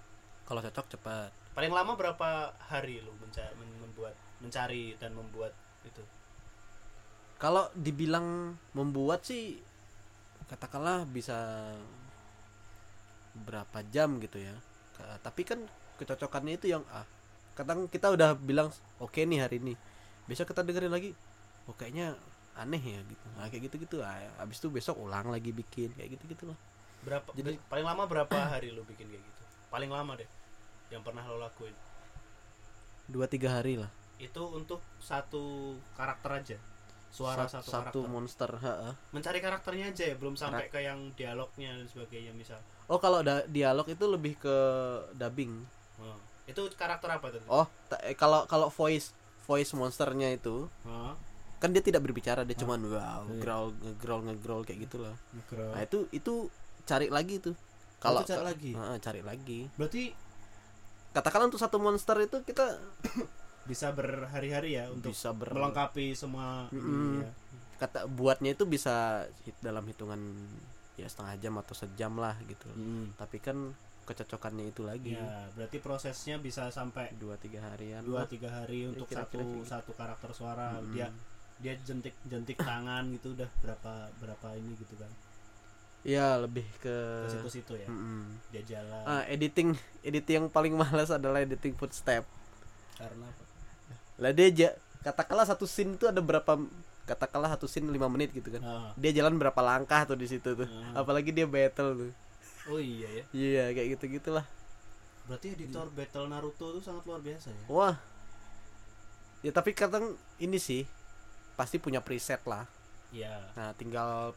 Kalau cocok cepat.
Paling lama berapa hari lu menca- men- membuat mencari dan membuat itu?
Kalau dibilang membuat sih katakanlah bisa berapa jam gitu ya. Ka- Tapi kan kecocokannya itu yang ah. Kadang kita udah bilang oke nih hari ini. Besok kita dengerin lagi. Oh kayaknya aneh ya gitu. Nah, kayak gitu-gitu. Ah, habis itu besok ulang lagi bikin kayak gitu-gitu lah.
Berapa
Jadi-
paling lama berapa *coughs* hari lu bikin kayak gitu? Paling lama deh yang pernah lo lakuin.
Dua tiga hari lah.
Itu untuk satu karakter aja. Suara
Sat-
satu, karakter.
monster ha-ha.
mencari karakternya aja ya belum sampai ke yang dialognya dan sebagainya misal
oh kalau da- dialog itu lebih ke dubbing
Heeh. Oh. itu karakter apa tuh
oh ta- eh, kalau kalau voice voice monsternya itu
Heeh.
kan dia tidak berbicara dia cuman wow
Iya.
growl ngegrowl ngegrowl kayak gitu loh nah itu itu cari lagi tuh kalau
itu cari lagi?
Heeh, cari lagi
berarti
katakanlah untuk satu monster itu kita
bisa berhari-hari ya untuk
bisa ber
melengkapi semua ini
Mm-mm.
ya.
kata buatnya itu bisa hit dalam hitungan ya setengah jam atau sejam lah gitu tapi kan kecocokannya itu lagi
ya berarti prosesnya bisa sampai
dua tiga harian
dua
lah.
tiga hari untuk satu
kira-kira kayak gitu.
satu karakter suara
Mm-mm.
dia dia jentik jentik tangan gitu udah berapa berapa ini gitu kan
ya lebih ke
ke situ-situ ya
Mm-mm.
dia jalan
Ah, editing *laughs* editing yang paling males adalah editing footstep
karena apa?
lah dia ja- katakanlah satu scene itu ada berapa katakanlah satu scene 5 menit gitu kan
Ah.
dia jalan berapa langkah tuh di situ tuh
Hmm.
apalagi dia battle tuh
oh iya ya
iya kayak gitu gitulah
berarti
Iya.
editor battle Naruto itu sangat luar biasa ya
wah ya tapi kadang ini sih pasti punya preset lah
iya
nah tinggal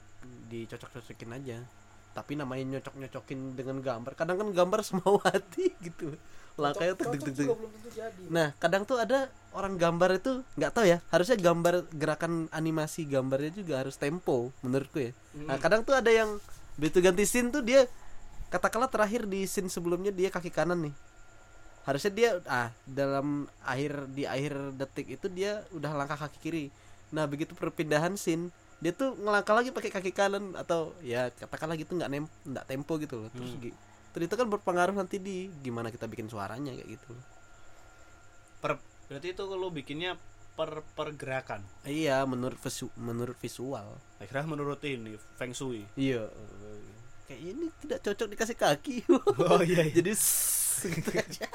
dicocok-cocokin aja tapi namanya nyocok-nyocokin dengan gambar kadang kan gambar semau *laughs* hati gitu langkahnya tuh deg deg
belum tentu jadi
nah kadang tuh ada orang gambar itu nggak tahu ya harusnya gambar gerakan animasi gambarnya juga harus tempo menurutku ya nah kadang tuh ada yang begitu ganti scene tuh dia katakanlah terakhir di scene sebelumnya dia kaki kanan nih harusnya dia ah dalam akhir di akhir detik itu dia udah langkah kaki kiri nah begitu perpindahan scene dia tuh ngelangkah lagi pakai kaki kanan atau ya katakanlah gitu nggak nem nggak tempo gitu loh terus gi- terus itu kan berpengaruh nanti di gimana kita bikin suaranya kayak gitu
per berarti itu lo bikinnya per pergerakan
iya menurut visu- menurut visual
akhirnya menurut ini Feng
*laughs*
Shui
iya kayak ini tidak cocok dikasih kaki *laughs*
oh iya, iya.
jadi sss, gitu aja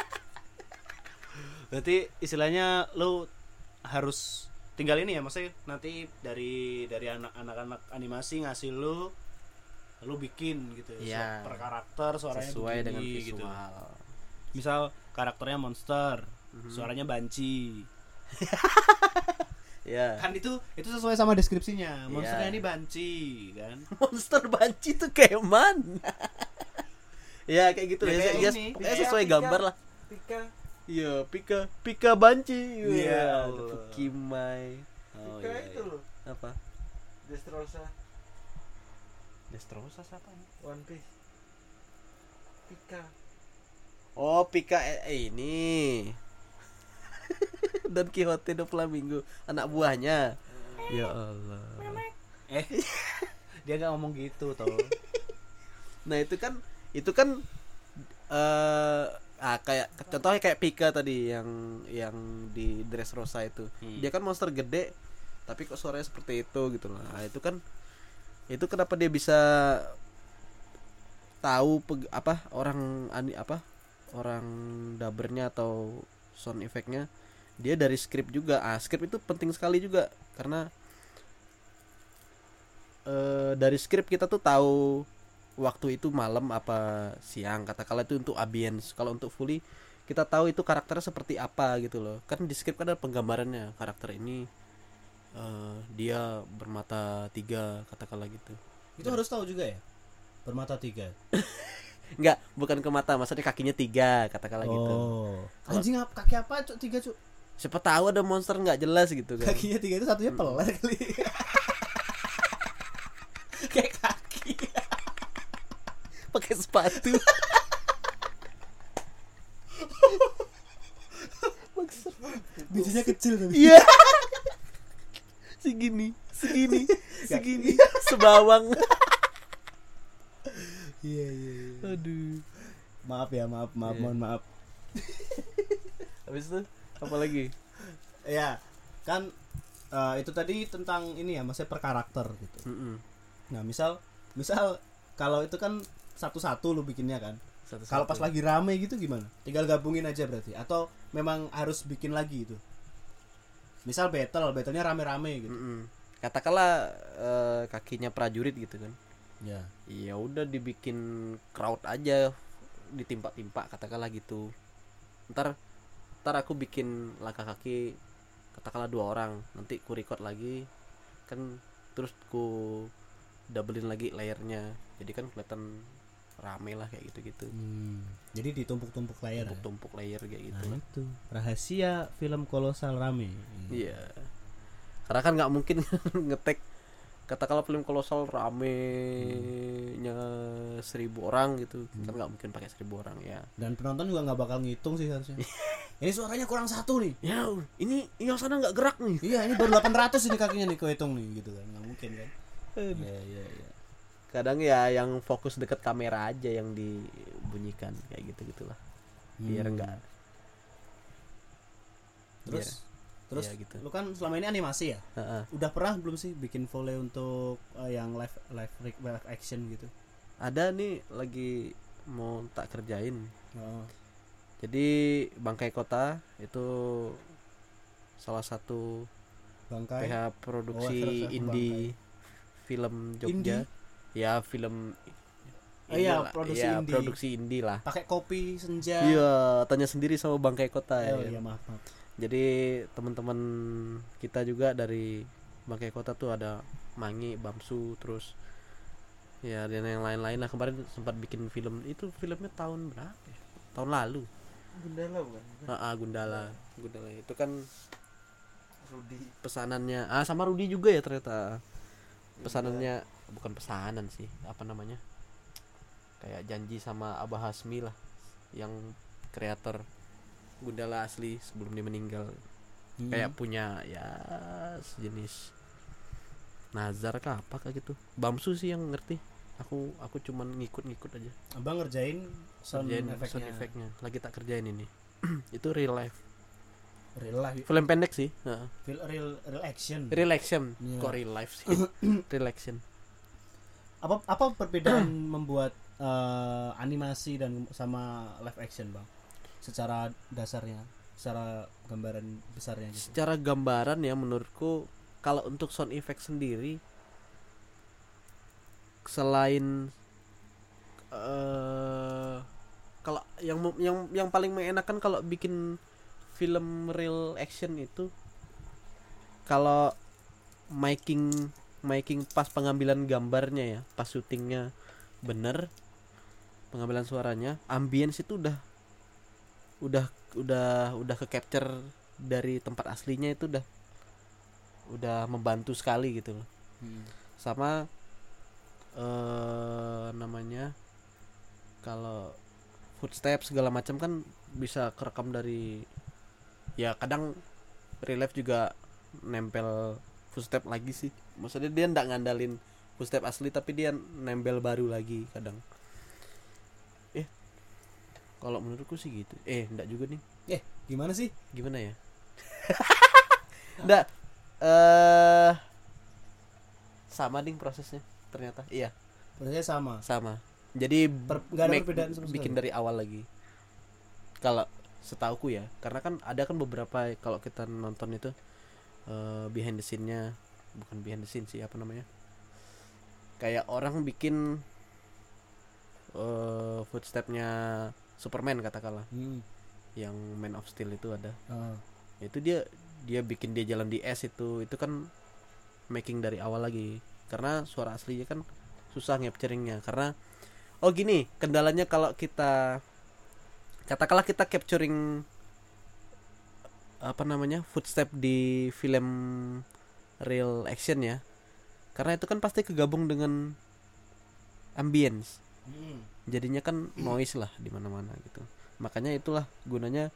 berarti istilahnya lo harus tinggal ini ya maksudnya nanti dari dari anak- anak-anak animasi ngasih lo lo bikin gitu ya
Iya.
per karakter suaranya
sesuai
begini,
dengan
gitu.
visual
misal karakternya monster
Mhm.
suaranya banci
ya
kan itu itu sesuai sama deskripsinya monsternya
Iya.
ini banci kan
monster banci tuh kayak mana *laughs* ya kayak gitu
Ya,
ya,
kayak
ya,
ini.
pokoknya sesuai gambar lah
Pika
kan
iya pika pika banci
Ya
iya
Allah.
Pukimai
oh,
iya,
Pika itu loh
apa
Destrosa
Destrosa siapa
One Piece Pika
oh pika eh, eh, ini *laughs* Don Quixote do Flamingo anak buahnya ya Allah
eh dia nggak ngomong gitu toh
nah itu kan itu kan eh ah kayak contohnya kayak Pika tadi yang yang di dress rosa itu
Hmm.
dia kan monster gede tapi kok suaranya seperti itu gitu loh nah, itu kan itu kenapa dia bisa tahu peg- apa orang ani apa orang dabernya atau sound effectnya dia dari script juga ah script itu penting sekali juga karena eh, dari script kita tuh tahu waktu itu malam apa siang katakanlah itu untuk ambience kalau untuk fully kita tahu itu karakternya seperti apa gitu loh kan di script kan ada penggambarannya karakter ini eh, dia bermata tiga katakanlah gitu
*laughs* itu harus tahu juga ya bermata tiga
nggak bukan ke mata maksudnya kakinya tiga katakanlah gitu
oh anjing apa kaki apa cuk tiga cuk
siapa tahu ada monster nggak jelas gitu kan
kakinya tiga itu satunya pelan *laughs* kali kayak kaki
*laughs* pakai sepatu
*laughs* bijinya kecil tapi
iya *laughs* segini
*laughs*
segini segini sebawang
iya iya iya.
aduh
maaf ya maaf maaf
Iya.
mohon maaf
habis itu apa lagi
ya kan eh, itu tadi tentang ini ya maksudnya per karakter gitu
Mm-mm.
nah misal misal kalau itu kan satu-satu lu bikinnya kan
Satu-satu.
kalau pas lagi rame gitu gimana tinggal gabungin aja berarti atau memang harus bikin lagi itu misal battle battlenya rame-rame gitu
Mm-mm. katakanlah eh, kakinya prajurit gitu kan
ya
ya udah dibikin crowd aja ditimpa-timpa katakanlah gitu ntar ntar aku bikin langkah kaki katakanlah dua orang nanti ku record lagi kan terus ku doublein lagi layernya jadi kan kelihatan rame lah kayak gitu gitu
jadi ditumpuk-tumpuk layar ya?
tumpuk-tumpuk layer kayak gitu
Hmm. Nah, itu rahasia film kolosal rame
Iya. Karena kan nggak mungkin *laughs* ngetek katakanlah film kolosal ramenya seribu orang gitu
Hmm.
kan nggak mungkin pakai seribu orang ya
dan penonton juga nggak bakal ngitung sih
*laughs*
harusnya ini suaranya kurang satu nih
ya ini yang sana nggak gerak nih
iya ini baru 800 ini kakinya nih kehitung nih gitu kan nggak mungkin kan iya iya iya
kadang ya yang fokus deket kamera aja yang dibunyikan kayak gitu gitulah biar
Hmm.
nggak
terus terus
Iya, gitu.
lu kan selama ini animasi ya
Heeh.
udah pernah belum sih bikin volley untuk eh, yang live live live action gitu
ada nih lagi mau tak kerjain
Oh.
jadi bangkai kota itu salah satu
Bangkai.
PH produksi
Oh, terus aku
indie film Jogja ya film
Oh, iya,
inilah.
produksi
Iya,
indie.
produksi indie lah
Pakai kopi senja.
iya tanya sendiri sama bangkai kota
Oh iya
ya
maaf. maaf.
jadi teman-teman kita juga dari bangkai kota tuh ada Mangi Bamsu terus ya dan yang lain-lain lah kemarin sempat bikin film itu filmnya tahun berapa ya? tahun lalu
Gundala bukan?
Iya.
Ah, ah, Gundala Gundala itu kan
Rudi.
pesanannya ah sama Rudi juga ya ternyata pesanannya bukan pesanan sih apa namanya kayak janji sama Abah Hasmi lah yang kreator Gundala asli sebelum dia meninggal
Hmm.
kayak punya ya sejenis Nazar kah apa kah gitu Bamsu sih yang ngerti aku aku cuman ngikut-ngikut aja
Iya. Abang ngerjain sound
kerjain
effect-nya.
sound effect-nya lagi tak kerjain ini *clears throat* itu real life
Real life,
film pendek sih heeh.
feel real real action.
relaxation
Hmm. Iya.
kok real life
*clears throat*
sih relaxation
Apa apa perbedaan *clears throat* membuat eh, animasi dan sama live action, Bang? Secara dasarnya, secara gambaran besarnya gitu.
secara gambaran ya menurutku kalau untuk sound effect sendiri selain eh kalau yang mem- yang yang paling mengenakan kalau bikin film real action itu kalau making making pas pengambilan gambarnya ya pas syutingnya bener pengambilan suaranya ambience itu udah udah udah udah ke capture dari tempat aslinya itu udah udah membantu sekali gitu loh
Hmm.
sama eh namanya kalau footstep segala macam kan bisa kerekam dari ya kadang relief juga nempel footstep lagi sih maksudnya dia ndak ngandalin footstep asli tapi dia nempel baru lagi kadang eh kalau menurutku sih gitu eh ndak juga nih
Eh, gimana sih?
gimana *laughs* ya ndak eh sama ding prosesnya ternyata iya
Prosesnya sama.
sama jadi
Per- nggak ada
make-
perbedaan sama
bikin
sekali.
dari awal lagi kalau setauku ya karena kan ada kan beberapa kalau kita nonton itu eh, behind the scene-nya bukan behind the scene sih apa namanya kayak orang bikin eh footstepnya Superman katakanlah
Hmm.
yang Man of Steel itu ada
Oh.
itu dia dia bikin dia jalan di es itu itu kan making dari awal lagi karena suara aslinya kan susah capturingnya karena oh gini kendalanya kalau kita katakanlah kita capturing apa namanya footstep di film real action ya karena itu kan pasti kegabung dengan ambience
Hmm.
jadinya kan noise lah di mana-mana gitu. Makanya itulah gunanya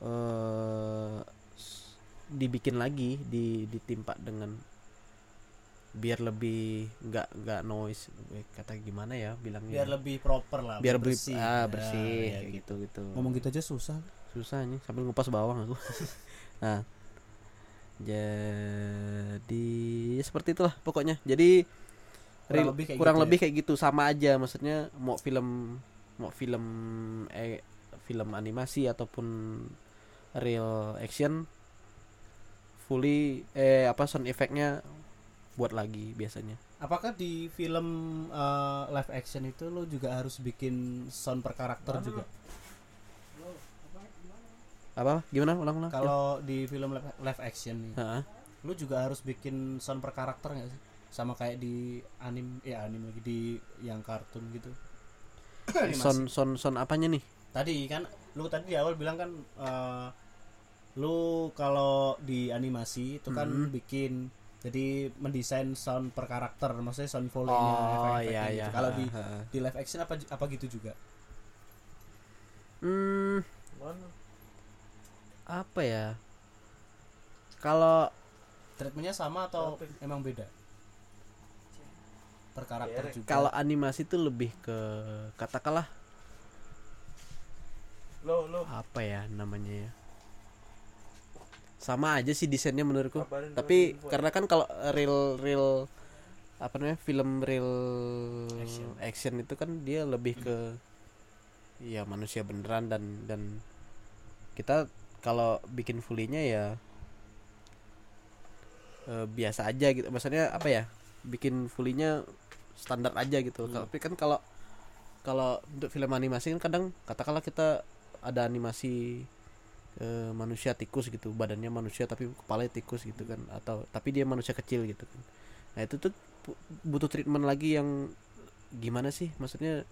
eh s- dibikin lagi di ditimpa dengan biar lebih nggak nggak noise Eh, kata gimana ya bilangnya
Biar lebih proper lah,
biar beli-
bersih. Ya,
ah, bersih
ya
kayak
gitu.
gitu gitu
Ngomong gitu aja susah.
susah nih sambil ngupas bawang aku *laughs* nah jadi ya seperti itulah pokoknya jadi
Kurang
real-
lebih kayak
kurang
gitu
lebih kayak gitu sama aja maksudnya mau film mau film eh film animasi ataupun real action fully eh apa sound effectnya buat lagi biasanya
Apakah di film eh, live action itu lo juga harus bikin sound per karakter juga?
apa gimana ulang-ulang
Kalau di film live, live action nih,
Heeh.
lo juga harus bikin sound per karakter nggak sih? Sama kayak di anim, ya anim lagi di yang kartun gitu. Animasi.
sound sound sound apanya nih
Tadi kan lo tadi di awal bilang kan lo kalau di animasi itu kan
Mhm.
bikin jadi mendesain sound per karakter, maksudnya sound volume
oh iya iya
gitu. Kalau di
heeh, heeh.
di live action apa apa gitu juga?
hmm
Iya. Mana?
apa ya kalau
treatmentnya sama atau emang beda per karakter
Derek.
juga
kalau animasi itu lebih ke katakanlah
Lo lo
apa ya namanya ya sama aja sih desainnya menurutku
Kabarin
tapi
dulu info ya.
karena kan kalau eh, real real apa namanya film real
Action.
action. itu kan dia lebih ke ya manusia beneran dan dan kita kalau bikin fully-nya ya eh, biasa aja gitu maksudnya apa ya bikin fully-nya standar aja gitu tapi kan kalau kalau untuk film animasi kan kadang katakanlah kita ada animasi eh, manusia tikus gitu badannya manusia tapi kepalanya tikus gitu kan atau tapi dia manusia kecil gitu kan nah itu tuh bu- butuh treatment lagi yang gimana sih maksudnya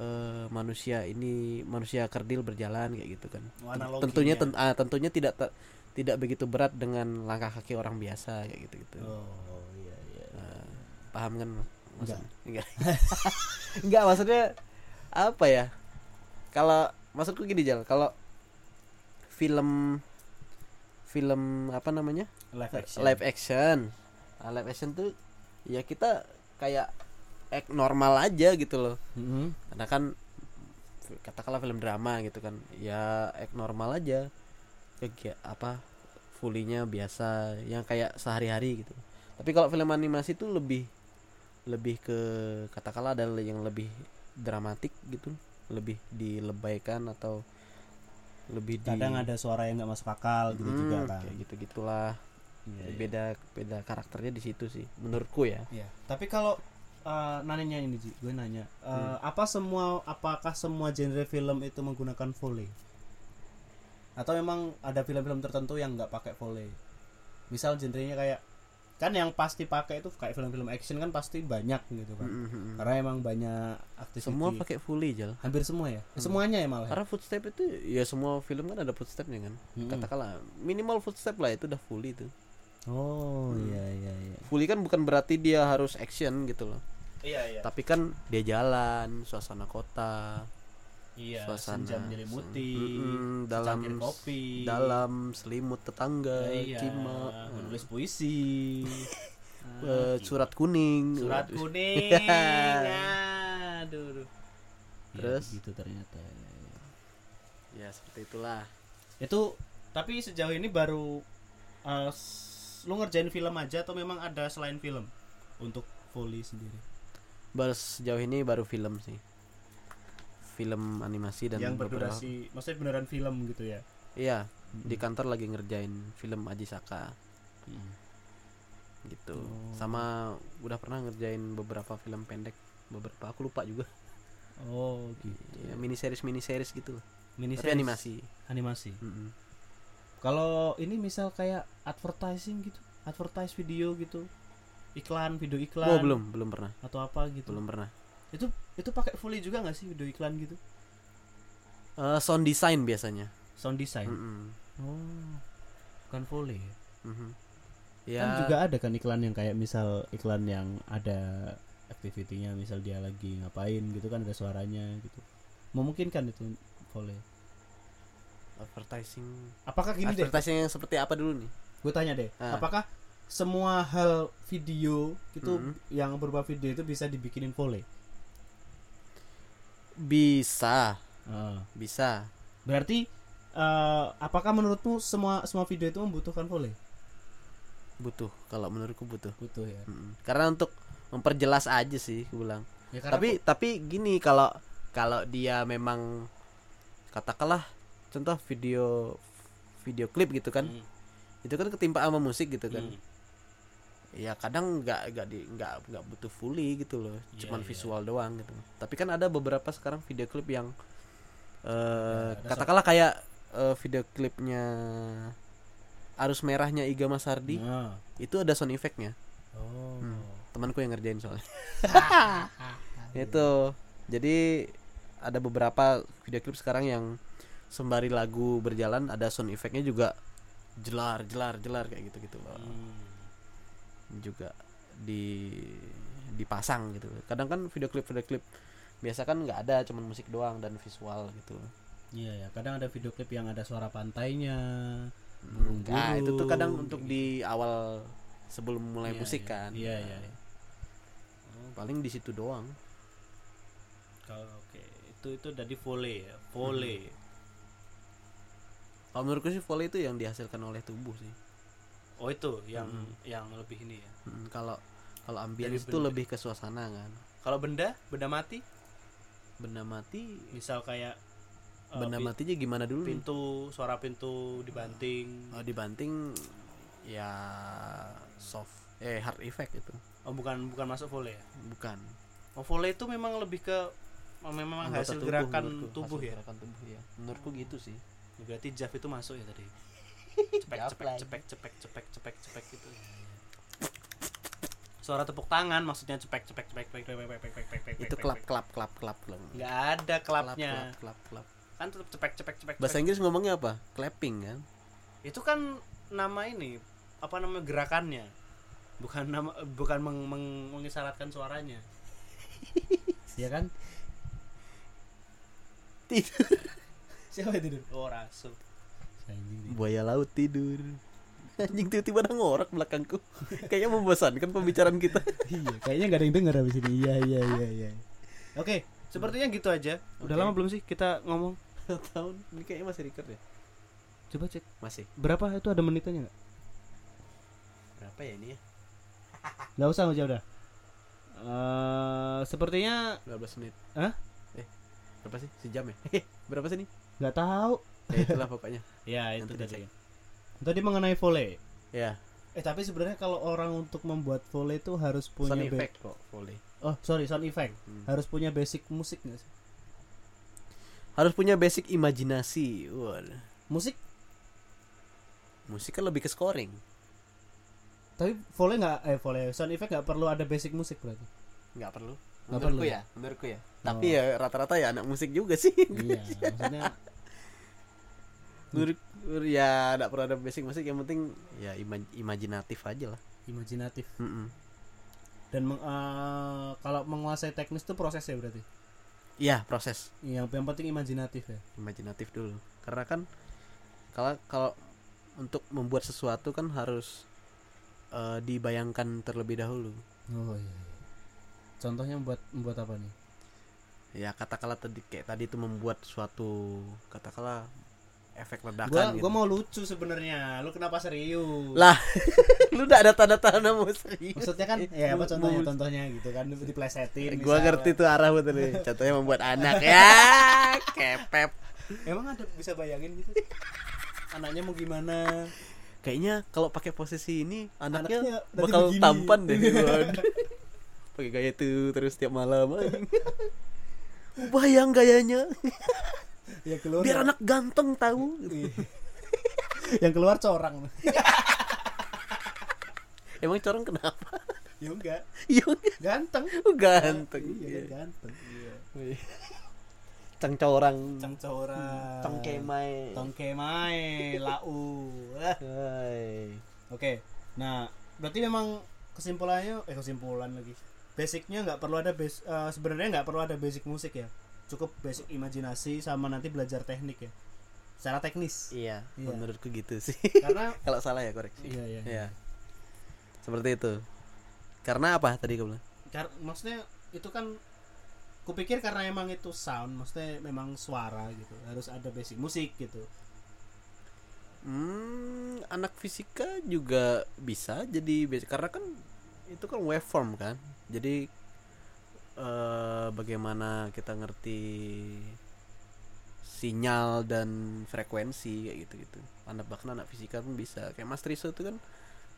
eh, manusia ini manusia kerdil berjalan kayak gitu kan
Oh, analoginya.
tentunya ten- ah, tentunya tidak te- tidak begitu berat dengan langkah kaki orang biasa kayak gitu gitu
Oh iya iya.
paham kan maksudnya enggak *laughs* enggak maksudnya apa ya kalau maksudku gini jal kalau film film apa namanya
Live action.
live action Nah, live action tuh ya kita kayak act normal aja gitu loh
Mhm.
karena kan katakanlah film drama gitu kan ya act normal aja Kegi- apa fullnya biasa yang kayak sehari-hari gitu tapi kalau film animasi itu lebih lebih ke katakanlah ada yang lebih dramatik gitu lebih dilebaikan atau lebih di
Kadang ada suara yang nggak masuk akal gitu juga
Hmm,
kan.
kayak gitu gitulah
Iya, iya.
beda beda karakternya di situ sih menurutku ya
Iya. Tapi kalau eh, nanya ini Ji, gue nanya eh,
Hmm.
apa semua apakah semua genre film itu menggunakan foley? Atau memang ada film-film tertentu yang nggak pakai foley? Misal genrenya kayak kan yang pasti pakai itu kayak film-film action kan pasti banyak gitu kan. Karena emang banyak aktivitas.
semua pakai Hmm. fully jal
hampir semua ya. Semuanya ya malah. ya? Hmm.
Karena footstep itu ya semua film kan ada footstepnya kan.
Mm-mm.
Katakanlah minimal footstep lah itu udah fully itu.
Oh iya iya iya.
Fully kan bukan berarti dia harus action gitu loh.
Iya iya.
Tapi kan dia jalan, suasana kota,
Iya.
suasana
senja menyelimuti,
Mm-mm, dalam
secangkir kopi,
dalam selimut tetangga,
iya,
kima,
menulis
*laughs*
puisi,
eh, surat kuning,
surat
Waduh.
kuning.
*laughs*
Aduh. aduh.
Terus?
Ya, gitu ternyata.
Ya seperti itulah.
Itu tapi sejauh ini baru eh, s- lu ngerjain film aja atau memang ada selain film untuk Volley sendiri?
Baru sejauh ini baru film sih. Film animasi dan
yang
beberapa-
berdurasi, maksudnya beneran film gitu ya?
Iya, di kantor lagi ngerjain film Aji Saka.
Hmm.
Gitu.
Oh.
Sama udah pernah ngerjain beberapa film pendek, beberapa aku lupa juga.
Oh gitu.
Ya, mini series mini series gitu. loh.
Mini
Tapi animasi.
Animasi.
Mm-mm.
Kalau ini misal kayak advertising gitu, advertise video gitu, iklan, video iklan,
Oh, belum, belum pernah.
atau apa gitu.
Belum pernah.
Itu itu pakai fully juga nggak sih video iklan gitu?
Eh, sound design biasanya.
Sound design.
Mm-mm.
Oh. Bukan fully. ya?
Mhm. Ya,
Kan juga ada kan iklan yang kayak misal iklan yang ada activity-nya, misal dia lagi ngapain gitu kan ada suaranya gitu. Memungkinkan itu fully.
advertising.
Apakah gini deh?
advertising yang seperti apa dulu nih?
gue tanya deh
Ah.
apakah semua hal video gitu
Mhm.
yang berupa video itu bisa dibikinin volley
Bisa, Ah. bisa.
berarti eh, apakah menurutmu semua semua video itu membutuhkan volley
Butuh kalau menurutku butuh.
butuh ya
Mm-mm. Karena untuk memperjelas aja sih, aku bilang.
Ya, karena
tapi tapi gini kalau kalau dia memang katakanlah contoh video video klip gitu kan itu kan ketimpa sama musik gitu kan
Hmm.
Hmm.
ya kadang nggak nggak di nggak nggak butuh fully gitu loh cuman visual doang gitu tapi kan ada beberapa sekarang video klip yang eh katakanlah kayak eh, video klipnya arus merahnya Iga Mas Hardi
Nah.
itu ada sound effectnya
oh
temanku yang ngerjain
*laughs*
soalnya *laughs* itu jadi ada beberapa video klip sekarang yang sembari lagu berjalan ada sound effectnya juga jelar jelar jelar kayak gitu gitu loh
Hmm.
juga di dipasang gitu loh. kadang kan video klip video klip biasa kan nggak ada cuman musik doang dan visual gitu
iya ya kadang ada video klip yang ada suara pantainya burung-burung
nah itu tuh kadang untuk di awal sebelum mulai
Iya, iya.
musik kan
iya
Nah,
iya iya.
paling di situ doang
Oh,
Kalau- oke itu itu dari volley ya volley
kalau menurutku sih volley itu yang dihasilkan oleh tubuh sih
Hmm. oh itu yang yang lebih ini ya
Mm, kalau Kalau ambience itu lebih ke suasana kan.
Kalau benda, benda mati,
Benda mati,
misal kayak eh, pi-
benda matinya gimana dulu? nih?
pintu, suara pintu dibanting.
Kalau dibanting ya soft eh hard effect itu.
Oh, bukan bukan masuk volley ya.
Bukan.
Oh, volley itu memang lebih ke oh, memang
Anggota
hasil
tubuh
gerakan
menurutku,
tubuh
hasil
ya.
Gerakan tubuh ya. Menurutku gitu sih.
Berarti Jav itu masuk ya
*laughs*
tadi. Cepek cepek
ya.
cepek cepek cepek cepek cepek gitu. Suara tepuk tangan maksudnya cepek cepek cepek cepek cepek cepek cepek cepek cepek,
Itu
cepek,
klap
cepek.
klap klap klap klap.
Nggak ada
Klap,
klapnya.
klap klap klap.
Kan tetap cepek cepek cepek.
Bahasa
cepek.
Inggris ngomongnya apa? Clapping kan?
Itu kan nama ini apa namanya gerakannya. Bukan nama bukan meng, meng- mengisyaratkan suaranya.
*laughs*
ya
Iya
kan
*laughs*
Tidur.
siapa itu Dun?
Oh, rasu.
Anjing nih.
Buaya laut tidur. *laughs* Anjing tiba-tiba ada ngorok belakangku. *laughs* Kayaknya membosankan pembicaraan kita.
iya kayaknya nggak ada yang dengar habis ini iya iya iya iya oke
Sepertinya gitu aja. Udah
Oke.
lama belum sih kita ngomong?
Tahun ini kayaknya masih record ya?
Coba cek.
Masih.
berapa itu ada menitnya nggak
Berapa ya ini ya?
nggak usah aja udah Eh, sepertinya
12 menit.
Hah?
Eh. Berapa sih? Sejam ya? *laughs* berapa sih nih?
nggak tahu
Ya itulah pokoknya.
ya
itu tadi.
tadi mengenai volley
Ya,
eh tapi sebenarnya kalau orang untuk membuat volley itu harus punya
sound
ba-
effect kok volley.
oh sorry sound effect
Hmm.
harus punya basic musik nggak sih
Harus punya basic imajinasi. Waduh.
musik
Musik kan lebih ke scoring.
tapi volley nggak eh volley sound effect nggak perlu ada basic musik berarti
nggak perlu.
Nggak
Menurutku
perlu. Oh.
ya, menurutku ya. Tapi ya rata-rata ya anak musik juga sih.
iya maksudnya
*laughs* Menurut ya nggak perlu ada basic musik yang penting ya imaj- imajinatif aja lah.
imajinatif
Mm-mm.
dan meng- eh, kalau menguasai teknis itu proses ya berarti
Iya proses
yang yang penting imajinatif ya
imajinatif dulu. Karena kan kalau kalau untuk membuat sesuatu kan harus eh, dibayangkan terlebih dahulu.
oh iya contohnya buat buat apa nih
Ya katakanlah tadi kayak tadi itu membuat suatu katakanlah efek ledakan
gua
gitu.
gua mau lucu sebenarnya lu kenapa serius
Lah, *laughs* lu udah ada tanda-tanda mau serius.
maksudnya kan ya apa
Mau-
contohnya
mau-
contohnya gitu kan diplesetin
Gua
misalnya.
ngerti tuh arah betul nih. Contohnya membuat
*laughs*
anak ya, kepep.
emang ada bisa bayangin gitu anaknya mau gimana
Kayaknya kalau pakai posisi ini
Anaknya
anaknya,
nanti
bakal
begini.
tampan
*laughs*
deh. Waduh. pakai gaya itu terus tiap malam. *laughs* anjing. Bayang gayanya.
ya keluar
Biar anak ganteng tahu.
*laughs* yang keluar corang
Emang corong kenapa? *laughs*
ya enggak
Iya,
ganteng
ganteng.
iya kan ganteng iya.
Cang corang.
cang corang
Cang kemai.
tongkemai lau Ah.
Hai.
Oke, nah berarti memang kesimpulannya, eh kesimpulan lagi. Basicnya nggak perlu ada bas- eh, sebenarnya nggak perlu ada basic musik ya. Cukup basic imajinasi sama nanti belajar teknik ya. Secara teknis.
Iya,
Iya.
menurutku gitu sih. *laughs*
Karena
kalau salah ya koreksi.
iya iya.
Iya. Seperti itu. Karena apa tadi kau bilang?
Kar- maksudnya itu kan kupikir karena emang itu sound, maksudnya memang suara gitu. Harus ada basic musik gitu.
Hmm, anak fisika juga bisa jadi basic karena kan itu kan waveform kan. Jadi eh bagaimana kita ngerti sinyal dan frekuensi kayak gitu-gitu. Anak bahkan anak fisika pun bisa. Kayak Mas Triso itu kan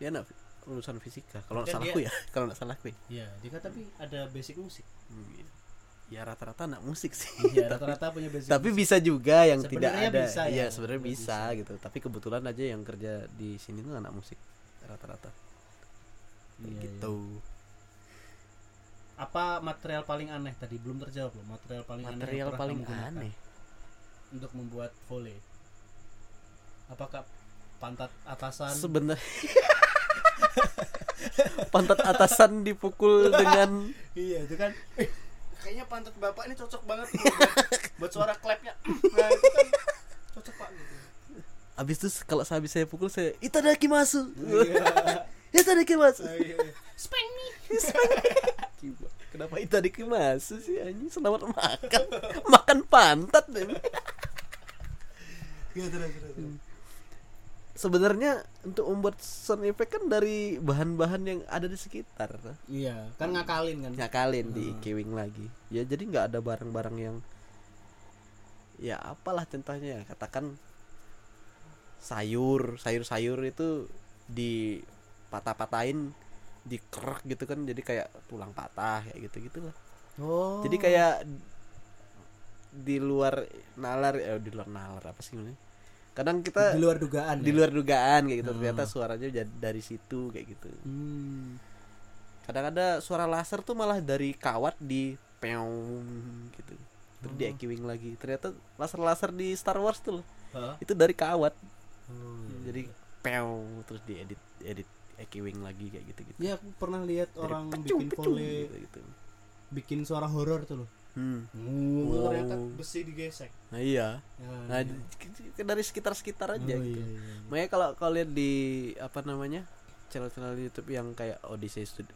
dia anak lulusan fisika. Kalau nggak
Kan dia-
salahku ya, *laughs* kalau nggak salahku ya.
Iya, jika tapi ada basic musik.
Hmm, Ya rata-rata anak musik sih.
Iya,
Tapi-
rata-rata punya basic.
tapi bisa juga yang tidak
Sebenarnya
ada
bisa ya.
iya sebenarnya
Sebenarnya
bisa, gitu tapi kebetulan aja yang kerja di sini tuh anak musik rata-rata
Iya,
gitu
Apa material paling aneh tadi belum terjawab loh. Material paling aneh. yang
material
pernah
paling
kamu gunakan.
aneh
untuk membuat volley? Apakah pantat atasan?
sebenarnya *laughs* pantat atasan dipukul dengan
iya itu kan.
*laughs*
kayaknya pantat bapak ini cocok banget tuh buat, buat suara
*laughs*
clapnya. nah itu kan cocok pak. Gitu.
abis itu kalau habis saya pukul saya itadaki masuk
Iya.
*laughs* itadaki masuk
Nah, iya, iya.
*laughs* kenapa itadaki masuk sih anjing selamat makan *laughs* makan pantat deh
Hmm.
Iya, terus, terus, terus.
sebenarnya untuk membuat sound effect kan dari bahan-bahan yang ada di sekitar
Iya, kan ngakalin kan.
nyakalin di kewing lagi ya jadi nggak ada barang-barang yang ya apalah contohnya ya katakan sayur sayur-sayur itu di patah-patahin di gitu kan jadi kayak tulang patah kayak gitu gitu lah
Oh.
jadi kayak di luar nalar eh, di luar nalar apa sih namanya kadang kita
di luar dugaan.
di
ya?
luar dugaan kayak gitu
Hmm.
ternyata suaranya jad- dari situ kayak gitu
Hmm.
kadang ada suara laser tuh malah dari kawat di peong gitu
Hmm.
terus di echoing lagi ternyata laser-laser di Star Wars tuh loh,
Hah? Hmm.
itu dari kawat jadi peong terus diedit edit echoing lagi kayak gitu gitu
Ya, aku pernah lihat orang bikin volley,
gitu, gitu.
bikin suara horor tuh loh.
Hmm.
Wow,
Wow.
ternyata besi digesek.
nah iya
Ya,
nah di- dari sekitar-sekitar aja
oh,
gitu
iya, iya.
Makanya kalau kau lihat di apa namanya channel-channel YouTube yang kayak Odyssey Studio,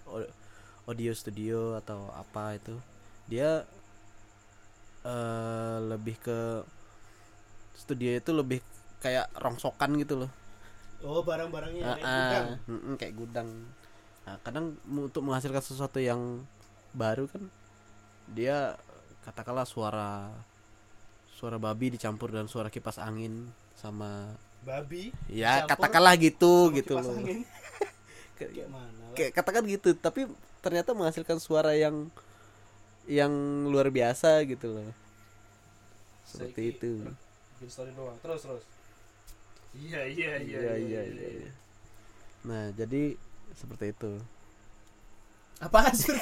Audio Studio atau apa itu, dia eh lebih ke studio itu lebih kayak rongsokan gitu loh.
Oh, barang-barangnya
Ah,
kayak
ah,
gudang.
mm-mm, kayak gudang. Nah, kadang mu- untuk menghasilkan sesuatu yang baru kan dia katakanlah suara suara babi dicampur dan suara kipas angin sama
babi.
ya
Dicampur
katakanlah gitu
sama
gitu
kipas
loh
angin.
Ke-
Kayak mana? lah?
kayak katakan gitu tapi ternyata menghasilkan suara yang yang luar biasa gitu loh
Saiki
seperti itu
bikin story doang terus terus iya iya iya
iya iya iya iya. nah jadi seperti itu
Apaan sih?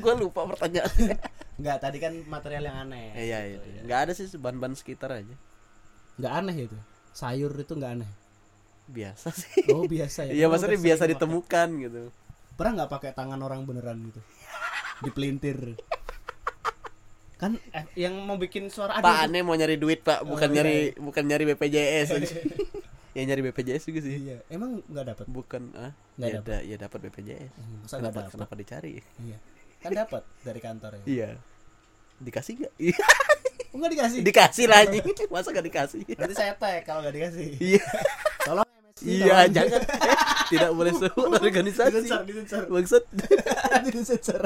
gue lupa pertanyaannya
*laughs* Enggak, tadi kan material yang aneh.
Eh, iya iya nggak ada sih bahan-bahan sekitar aja
Enggak aneh itu. Sayur itu enggak aneh.
biasa sih
Oh, biasa *laughs* ya.
*laughs* iya
Kamu
maksudnya
udah
biasa
sering makan.
ditemukan gitu
pernah nggak pakai tangan orang beneran
*laughs*
gitu dipelintir kan
Eh, yang mau bikin suara
pak
aduh
aneh mau nyari duit pak bukan
iya,
nyari bukan nyari bpjs ya nyari bpjs juga sih
iya emang nggak dapat
bukan ah
Nggak
ya
dapet. Hmm,
da- ya dapat bpjs
masa nggak
kenapa
dapat
kenapa dicari
iya kan dapat dari kantor ya
Iya. Dikasih
*laughs*
gak? Iya.
oh, nggak dikasih
dikasih lah anjing. Masa gak dikasih?
nanti saya tag kalau nggak dikasih
Iya.
tolong MSI,
Iya,
tolong.
jangan. *laughs* Eh, tidak boleh
*laughs*
sebut organisasi.
disensor disensor *laughs*
Maksud *laughs*
disensor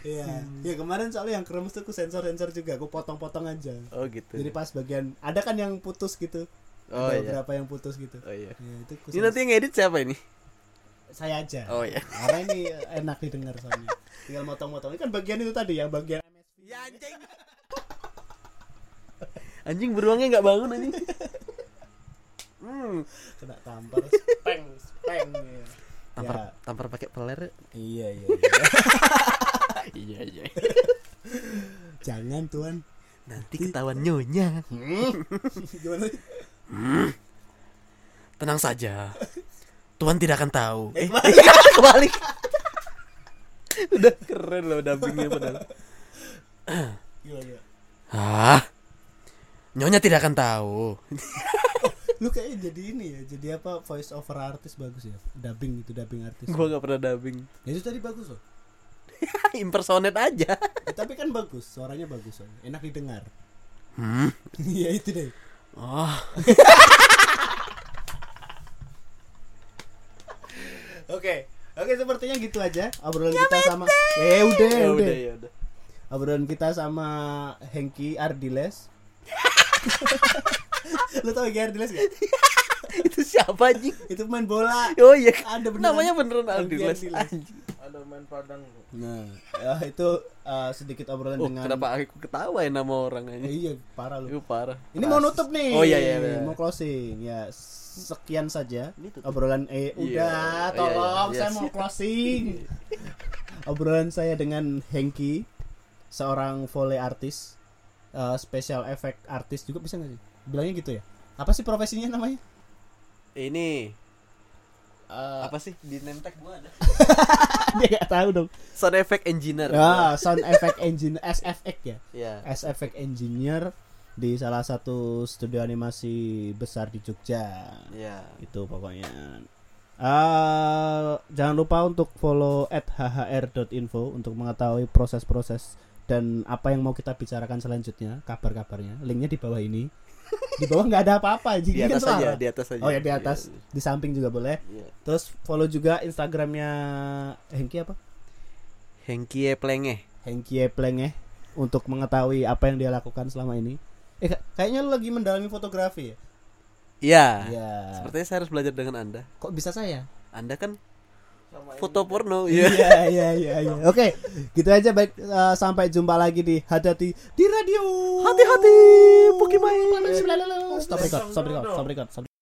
iya
Hmm.
ya kemarin soalnya yang kremes tuh aku sensor sensor juga aku potong potong aja
Oh gitu.
jadi pas bagian ada kan yang putus gitu
Oh
ada
iya.
beberapa yang putus gitu
Oh iya.
ya, itu aku
Ini nanti yang edit siapa ini?
saya aja *laughs*
Oh iya.
karena ini enak didengar soalnya tinggal motong-motong ini kan bagian itu tadi yang bagian Iya,
Ya anjing. Anjing beruangnya nggak bangun
*laughs*
anjing. Hmm.
kena tampar
peng peng
Tampar
Ya.
tampar pakai peler.
iya iya
*laughs* Iya iya.
jangan tuan
Nanti ketahuan nyonya.
gimana sih?
Tenang saja. Tuhan tidak akan tahu. Eh, iya, kebalik. udah keren loh dubbingnya padahal.
gimana gimana?
Hah? Nyonya tidak akan tahu.
lu kayaknya jadi ini ya jadi apa voice over artis bagus ya dubbing itu dubbing artis
*laughs* Gua gak pernah dubbing.
ya itu tadi bagus loh
Ah, Impersonate aja.
Eh, tapi kan bagus suaranya bagus soalnya. enak didengar *laughs*
Hmm.
iya itu deh
Oh,
oke oke sepertinya gitu aja obrolan kita sama eh udah
ya
udah
udah ya udah.
obrolan kita sama Hengki Ardiles *laughs* lu tau Hengki Ardiles gak?
*laughs* Itu siapa anjing?
itu main bola
Oh iya.
ada beneran.
Namanya beneran
Aldi
Aldiles.
Aldiles.
Anjing.
ada main padang tuh.
nah eh, itu eh, sedikit obrolan
Oh,
dengan
kenapa aku ketawa ya nama orang
Eh,
anjing?
iya parah lu
Itu parah.
ini mau nutup nih
Oh, iya, iya, iya.
mau closing ya sekian saja
Ini tutup.
obrolan eh
Iya.
udah
Iya,
tolong
iya,
saya
yes.
mau closing obrolan saya dengan Hengki seorang volley artis eh, special effect artis juga bisa nggak sih bilangnya gitu ya apa sih profesinya namanya
Ini
Eh,
apa sih di name tag gua ada?
*laughs* dia nggak tahu dong
Sound effect engineer.
ah sound effect engine SFX ya
Ya.
as effect engineer di salah satu studio animasi besar di Jogja.
Ya.
Itu pokoknya. Ah, jangan lupa untuk follow at hhr.info untuk mengetahui
*laughs*
proses-proses dan apa yang mau kita bicarakan selanjutnya, kabar-kabarnya. Linknya di bawah ini. di bawah nggak ada apa-apa
di
jadi kan
atas
suara.
aja di atas aja
oh ya di atas di samping juga boleh
Iya.
terus follow juga instagramnya Hengki apa
Hengkie e plengeh
Hengki Epleng ya untuk mengetahui apa yang dia lakukan selama ini eh ka- kayaknya lu lagi mendalami fotografi ya
Iya.
Iya.
Sepertinya saya harus belajar dengan Anda.
kok bisa saya
Anda kan foto porno, iya.
Iya iya iya iya. Oke, gitu aja baik eh, sampai jumpa lagi di hati-hati di radio. Hati-hati Pokemon. Stop record, stop record, stop record, stop record.